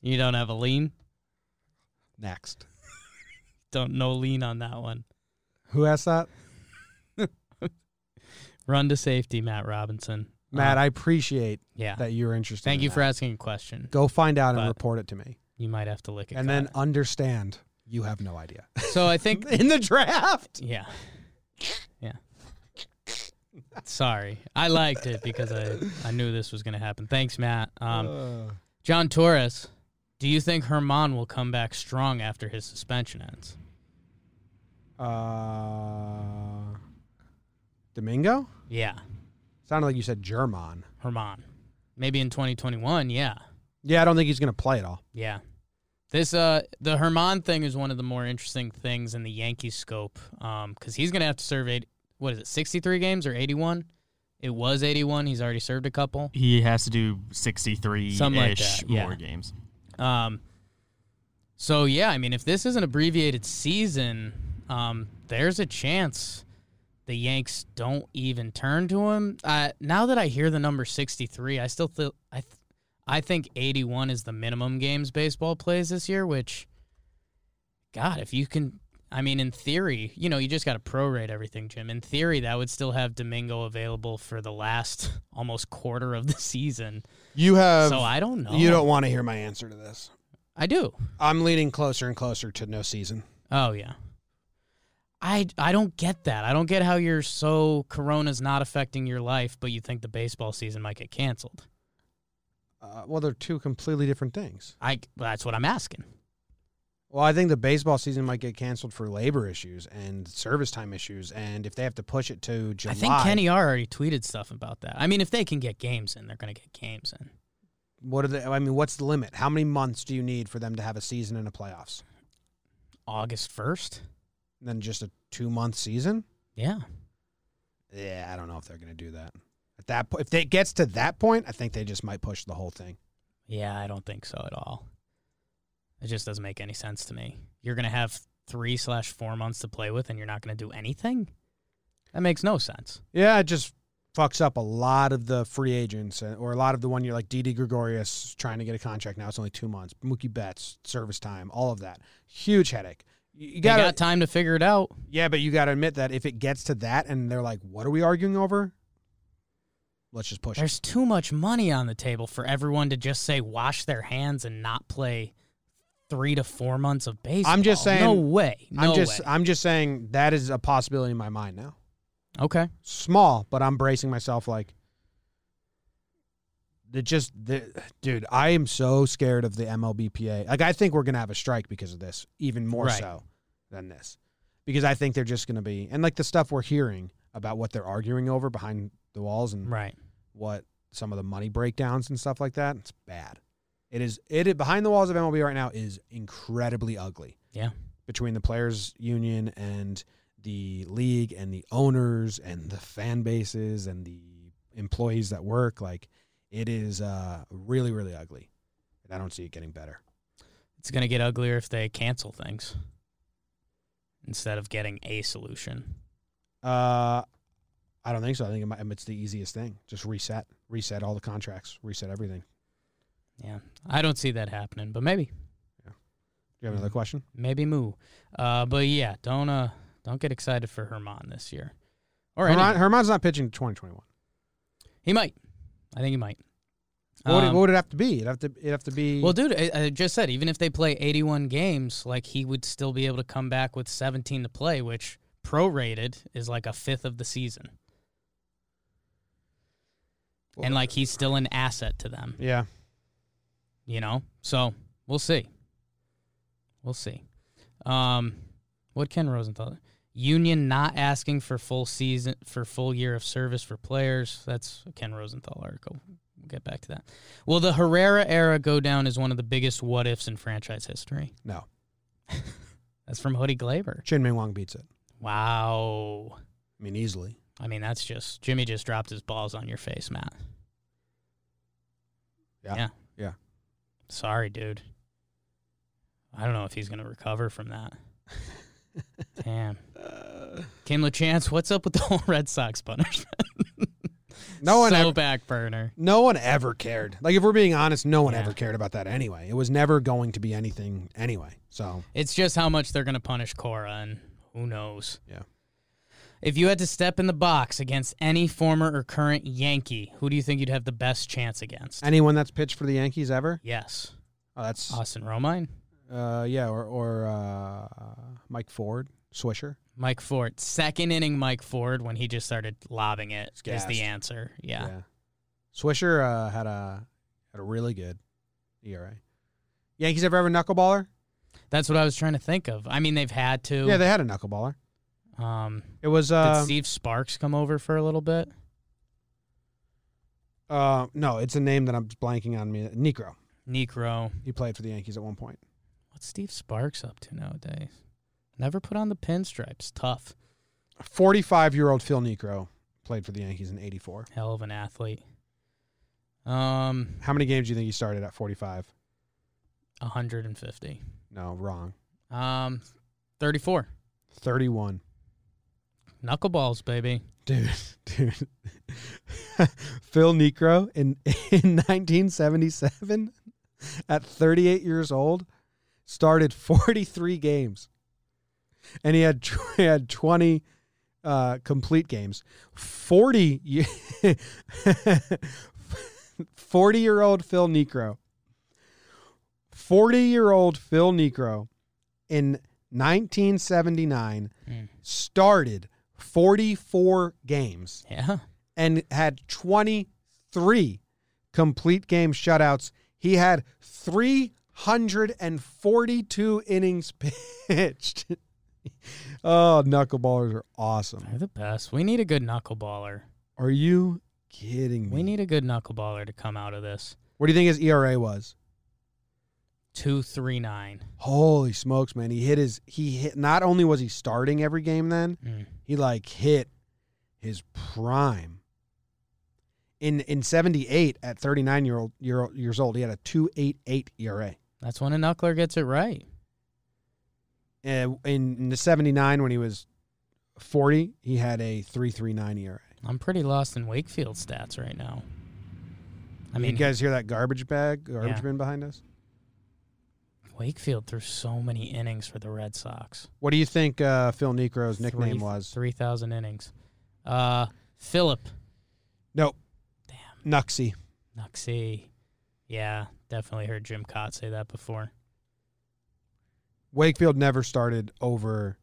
[SPEAKER 3] you don't have a lean?
[SPEAKER 1] next.
[SPEAKER 3] Don't no lean on that one.
[SPEAKER 1] Who asked that?
[SPEAKER 3] Run to safety, Matt Robinson.
[SPEAKER 1] Matt,
[SPEAKER 3] Uh,
[SPEAKER 1] I appreciate
[SPEAKER 3] yeah.
[SPEAKER 1] that you're interested.
[SPEAKER 3] Thank
[SPEAKER 1] in
[SPEAKER 3] you
[SPEAKER 1] that.
[SPEAKER 3] for asking a question.
[SPEAKER 1] Go find out and
[SPEAKER 3] But-
[SPEAKER 1] report it to me,
[SPEAKER 3] You might have to lick it.
[SPEAKER 1] and then understand you have no idea
[SPEAKER 3] so I think
[SPEAKER 1] in the draft.
[SPEAKER 3] Yeah. Yeah. Sorry. I liked it because I, I knew this was going to happen. Thanks, Matt. Um,
[SPEAKER 1] Uh,
[SPEAKER 3] John Torres, do you think Herman will come back strong after his suspension ends?
[SPEAKER 1] uh, Domingo
[SPEAKER 3] Yeah.
[SPEAKER 1] sounded like you said German.
[SPEAKER 3] Herman. Maybe in 2021. Yeah.
[SPEAKER 1] Yeah, I don't think he's going to play at all.
[SPEAKER 3] Yeah. This uh the Herman thing is one of the more interesting things in the Yankees scope um cuz he's going to have to serve eight, what is it 63 games or 81? It was 81. He's already served a couple.
[SPEAKER 4] He has to do 63 ish
[SPEAKER 3] Something like that, yeah.
[SPEAKER 4] more games.
[SPEAKER 3] Um, so yeah, I mean, if this is an abbreviated season, um, there's a chance the Yanks don't even turn to him. Uh, now that I hear the number 63, I still feel I, th- I think 81 is the minimum games baseball plays this year. Which, God, if you can. I mean, in theory, you know, you just got to prorate everything, Jim. In theory, that would still have Domingo available for the last almost quarter of the season.
[SPEAKER 1] You have.
[SPEAKER 3] so I don't know.
[SPEAKER 1] You don't want to hear my answer to this.
[SPEAKER 3] I do.
[SPEAKER 1] I'm leaning closer and closer to no season.
[SPEAKER 3] Oh yeah. I I don't get that. I don't get how you're so corona's not affecting your life, but you think the baseball season might get canceled.
[SPEAKER 1] Uh, well, they're two completely different things.
[SPEAKER 3] I that's what I'm asking.
[SPEAKER 1] Well, I think the baseball season might get canceled for labor issues and service time issues, and if they have to push it to July,
[SPEAKER 3] I think Kenny R already tweeted stuff about that. I mean, if they can get games in, they're going to get games in.
[SPEAKER 1] What are the? I mean, what's the limit? How many months do you need for them to have a season and a playoffs?
[SPEAKER 3] August 1st?
[SPEAKER 1] And then just a two month season?
[SPEAKER 3] Yeah.
[SPEAKER 1] Yeah, I don't know if they're going to do that. At that point, if it gets to that point, I think they just might push the whole thing.
[SPEAKER 3] Yeah, I don't think so at all. It just doesn't make any sense to me. You're going to have 3 slash 4 months to play with and you're not going to do anything? That makes no sense.
[SPEAKER 1] Yeah, it just fucks up a lot of the free agents uh, or a lot of the one you're like DD Gregorius trying to get a contract now. It's only two months. Mookie Betts, service time, all of that. Huge headache. You, you
[SPEAKER 3] You
[SPEAKER 1] gotta,
[SPEAKER 3] got time to figure it out.
[SPEAKER 1] yeah, but you got to admit that if it gets to that and they're like, what are we arguing over? Let's just push it.
[SPEAKER 3] There's too much money on the table for everyone to just say wash their hands and not play three to four months of baseball.
[SPEAKER 1] I'm just saying-
[SPEAKER 3] no way, no
[SPEAKER 1] I'm just
[SPEAKER 3] way.
[SPEAKER 1] I'm just saying that is a possibility in my mind now.
[SPEAKER 3] okay.
[SPEAKER 1] Small, but I'm bracing myself like it just the, dude, I am so scared of the MLBPA. Like I think we're going to have a strike because of this, even more
[SPEAKER 3] Right.
[SPEAKER 1] so than this. Because I think they're just going to be and like the stuff we're hearing about what they're arguing over behind the walls and
[SPEAKER 3] Right.
[SPEAKER 1] what some of the money breakdowns and stuff like that, it's bad. It is it is- behind the walls of MLB right now is incredibly ugly
[SPEAKER 3] Yeah.
[SPEAKER 1] between the players union and the league and the owners and the fan bases and the employees that work like it is uh, really really ugly and i don't see it getting better
[SPEAKER 3] It's gonna get uglier if they cancel things instead of getting a solution.
[SPEAKER 1] uh, I don't think so. I think it might, it's the easiest thing. Just reset, reset all the contracts, reset everything.
[SPEAKER 3] Yeah, I don't see that happening, but maybe,
[SPEAKER 1] Do you have another question?
[SPEAKER 3] maybe Moo. Uh, but yeah, don't uh, don't get excited for Herman this year. Or
[SPEAKER 1] Herman,
[SPEAKER 3] anyone.
[SPEAKER 1] Herman's not pitching 2021.
[SPEAKER 3] he might. I think he might.
[SPEAKER 1] What, would it,
[SPEAKER 3] Um,
[SPEAKER 1] what would it have to be? It'd have to, it'd have to be.
[SPEAKER 3] Well, dude, I, I just said even if they play 81 games, like he would still be able to come back with 17 to play, which prorated is like a fifth of the season, and like he's still an asset to them,
[SPEAKER 1] yeah.
[SPEAKER 3] you know. So we'll see. We'll see. Um, what Ken Rosenthal? Union not asking for full season for full year of service for players. That's a Ken Rosenthal article. We'll get back to that. Will the Herrera era go down as one of the biggest what ifs in franchise history?
[SPEAKER 1] No.
[SPEAKER 3] That's from Hoodie Glaber.
[SPEAKER 1] Chin Ming Wong beats it.
[SPEAKER 3] Wow.
[SPEAKER 1] I mean, easily.
[SPEAKER 3] I mean, that's just Jimmy just dropped his balls on your face, Matt.
[SPEAKER 1] Yeah.
[SPEAKER 3] Yeah.
[SPEAKER 1] Yeah.
[SPEAKER 3] Sorry, dude. I don't know if he's gonna recover from that. Damn.
[SPEAKER 1] Uh,
[SPEAKER 3] Kim LaChance, what's up with the whole Red Sox punishment?
[SPEAKER 1] No one
[SPEAKER 3] so
[SPEAKER 1] ever.
[SPEAKER 3] back burner.
[SPEAKER 1] No one ever cared. Like if we're being honest, no one
[SPEAKER 3] Yeah.
[SPEAKER 1] ever cared about that anyway. It was never going to be anything anyway. So
[SPEAKER 3] It's just how much they're gonna punish Cora, and who knows.
[SPEAKER 1] Yeah.
[SPEAKER 3] If you had to step in the box against any former or current Yankee, who do you think you'd have the best chance against?
[SPEAKER 1] anyone that's pitched for the Yankees ever,
[SPEAKER 3] Yes,
[SPEAKER 1] oh, that's
[SPEAKER 3] Austin Romine.
[SPEAKER 1] uh, yeah, or or uh, Mike Ford, Swisher.
[SPEAKER 3] Mike Ford. Second inning Mike Ford when he just started lobbing it is
[SPEAKER 1] gassed.
[SPEAKER 3] the answer. Yeah.
[SPEAKER 1] Swisher uh, had a had a really good ERA. Yankees ever have a knuckleballer?
[SPEAKER 3] That's what I was trying to think of. I mean, they've had to.
[SPEAKER 1] Yeah, they had a knuckleballer.
[SPEAKER 3] um,
[SPEAKER 1] It was
[SPEAKER 3] did
[SPEAKER 1] uh,
[SPEAKER 3] Steve Sparks come over for a little bit?
[SPEAKER 1] uh no, it's a name that I'm blanking on. Me, Negro.
[SPEAKER 3] Necro.
[SPEAKER 1] He played for the Yankees at one point.
[SPEAKER 3] What's Steve Sparks up to nowadays? Never put on the pinstripes. Tough.
[SPEAKER 1] Forty-five year old Phil Negro played for the Yankees in '84.
[SPEAKER 3] Hell of an athlete. Um,
[SPEAKER 1] How many games do you think he started at 45?
[SPEAKER 3] 150.
[SPEAKER 1] No, wrong.
[SPEAKER 3] Um, 34.
[SPEAKER 1] 31.
[SPEAKER 3] Knuckleballs, baby.
[SPEAKER 1] Dude, dude. Phil Necro in, in 1977 at 38 years old started 43 games. And he had tw- he had 20 uh, complete games. 40 ye- 40 year old Phil Necro. 40 year old Phil Necro in 1979
[SPEAKER 3] Mm.
[SPEAKER 1] started 44 games
[SPEAKER 3] Yeah.
[SPEAKER 1] and had 23 complete game shutouts. He had 342 innings pitched. oh, knuckleballers are awesome.
[SPEAKER 3] They're the best. We need a good knuckleballer.
[SPEAKER 1] Are you kidding me?
[SPEAKER 3] We need a good knuckleballer to come out of this.
[SPEAKER 1] what do you think his ERA was?
[SPEAKER 3] two three nine.
[SPEAKER 1] Holy smokes, man. He hit his he hit not only was he starting every game then,
[SPEAKER 3] Mm.
[SPEAKER 1] he like hit his prime. In in 78 at 39 year old year old- years old, he had a E 288 ERA.
[SPEAKER 3] That's when a knuckler gets it right.
[SPEAKER 1] And in, in the 79 when he was 40, he had a E 339 ERA.
[SPEAKER 3] I'm pretty lost in Wakefield stats right now. I mean,
[SPEAKER 1] you guys hear that garbage bag, garbage
[SPEAKER 3] Yeah.
[SPEAKER 1] bin behind us?
[SPEAKER 3] Wakefield threw so many innings for the Red Sox.
[SPEAKER 1] What do you think uh, Phil Necro's nickname
[SPEAKER 3] Three-
[SPEAKER 1] was?
[SPEAKER 3] three thousand innings. Uh, Philip
[SPEAKER 1] No. Damn. Nuxie.
[SPEAKER 3] Nuxie. Yeah, definitely heard Jim Cott say that before.
[SPEAKER 1] Wakefield never started over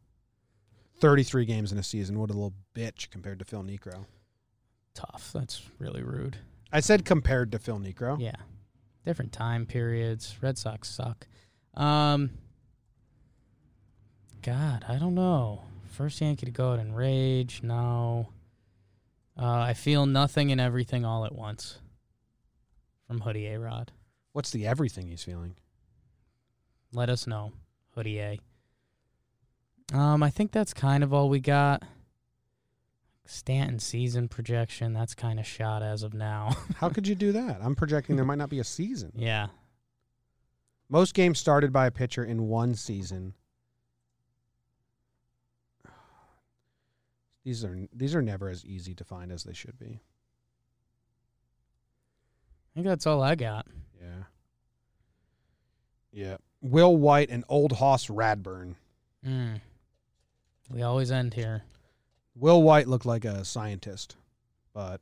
[SPEAKER 1] 33 games in a season. What a little bitch compared to Phil Necro.
[SPEAKER 3] Tough. That's really rude.
[SPEAKER 1] I said compared to Phil Necro.
[SPEAKER 3] Yeah, different time periods. Red Sox suck. Um, God, I don't know. First Yankee to go out in rage. No, uh, I feel nothing and everything all at once. From Hoodie A Rod,
[SPEAKER 1] What's the everything he's feeling?
[SPEAKER 3] let us know, Hoodie A. Um, I think that's kind of all we got. Stanton season projection. That's kind of shot as of now.
[SPEAKER 1] How could you do that? I'm projecting there might not be a season.
[SPEAKER 3] yeah,
[SPEAKER 1] Most games started by a pitcher in one season. These are these are never as easy to find as they should be.
[SPEAKER 3] think that's all I got.
[SPEAKER 1] Yeah. Yeah. Will White and Old Hoss Radburn.
[SPEAKER 3] Mm. We always end here.
[SPEAKER 1] Will White looked like a scientist, but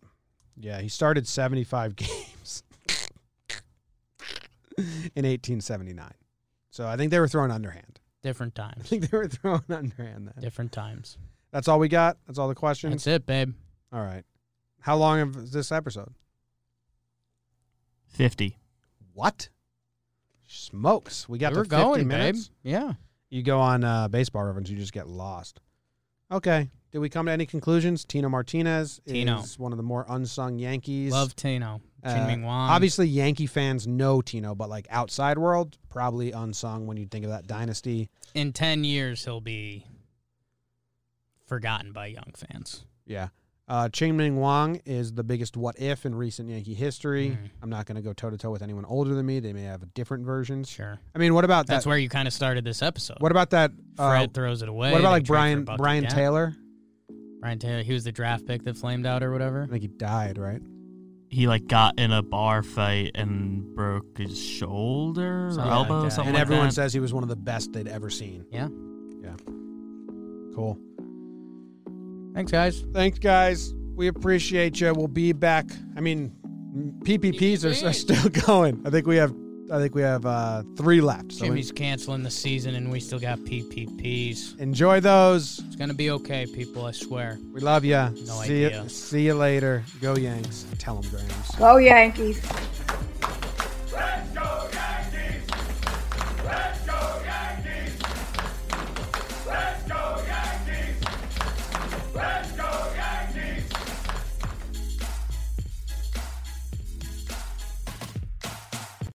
[SPEAKER 1] yeah, he started 75 games in 1879. So I think they were thrown underhand.
[SPEAKER 3] Different
[SPEAKER 1] I
[SPEAKER 3] times.
[SPEAKER 1] think they were thrown underhand then.
[SPEAKER 3] Different times.
[SPEAKER 1] That's all we got. That's all the questions.
[SPEAKER 3] That's it, babe.
[SPEAKER 1] All right. How long of this episode?
[SPEAKER 4] 50.
[SPEAKER 1] What? Smokes. We got
[SPEAKER 3] we
[SPEAKER 1] to
[SPEAKER 3] were
[SPEAKER 1] 50
[SPEAKER 3] going,
[SPEAKER 1] minutes.
[SPEAKER 3] babe. Yeah.
[SPEAKER 1] You go on uh, baseball reference, you just get lost. Okay. Did we come to any conclusions? Tino Martinez
[SPEAKER 3] Tino.
[SPEAKER 1] is one of the more unsung Yankees.
[SPEAKER 3] Love Tino.
[SPEAKER 1] Uh,
[SPEAKER 3] Chin Ming Wong.
[SPEAKER 1] Obviously, Yankee fans know Tino, but like outside world, probably unsung when you think of that dynasty.
[SPEAKER 3] In 10 years, he'll be forgotten by young fans.
[SPEAKER 1] Yeah. Uh, Ching Ming Wang is the biggest what if in recent Yankee history.
[SPEAKER 3] Mm.
[SPEAKER 1] I'm not going to go toe to toe with anyone older than me. They may have different versions.
[SPEAKER 3] Sure.
[SPEAKER 1] I mean, what about
[SPEAKER 3] That's
[SPEAKER 1] that?
[SPEAKER 3] where you kind of started this episode.
[SPEAKER 1] What about that? uh,
[SPEAKER 3] Fred throws it away.
[SPEAKER 1] what
[SPEAKER 3] they
[SPEAKER 1] about like
[SPEAKER 3] trade for
[SPEAKER 1] Brian
[SPEAKER 3] Bucky
[SPEAKER 1] Brian
[SPEAKER 3] Dent.
[SPEAKER 1] Taylor?
[SPEAKER 3] Brian Taylor. He was the draft pick that flamed out or whatever.
[SPEAKER 1] I think he died, right?
[SPEAKER 4] He like got in a bar fight and broke his shoulder, or
[SPEAKER 3] Something like
[SPEAKER 4] elbow,
[SPEAKER 3] that.
[SPEAKER 4] something
[SPEAKER 1] and
[SPEAKER 4] like
[SPEAKER 1] everyone
[SPEAKER 4] that.
[SPEAKER 1] says he was one of the best they'd ever seen.
[SPEAKER 3] Oh Yeah.
[SPEAKER 1] Cool.
[SPEAKER 3] Thanks, guys.
[SPEAKER 1] Thanks, guys. We appreciate you. We'll be back. I mean, m- PPPs are, are still going. I think we have. I think we have uh, three left. So
[SPEAKER 3] Jimmy's canceling the season, and we still got PPPs.
[SPEAKER 1] enjoy those.
[SPEAKER 3] It's gonna be okay, people. I swear.
[SPEAKER 1] We love you.
[SPEAKER 3] No
[SPEAKER 1] see
[SPEAKER 3] idea.
[SPEAKER 1] You, see you later. Go Yanks. Tell them, Grams.
[SPEAKER 9] Go Yankees.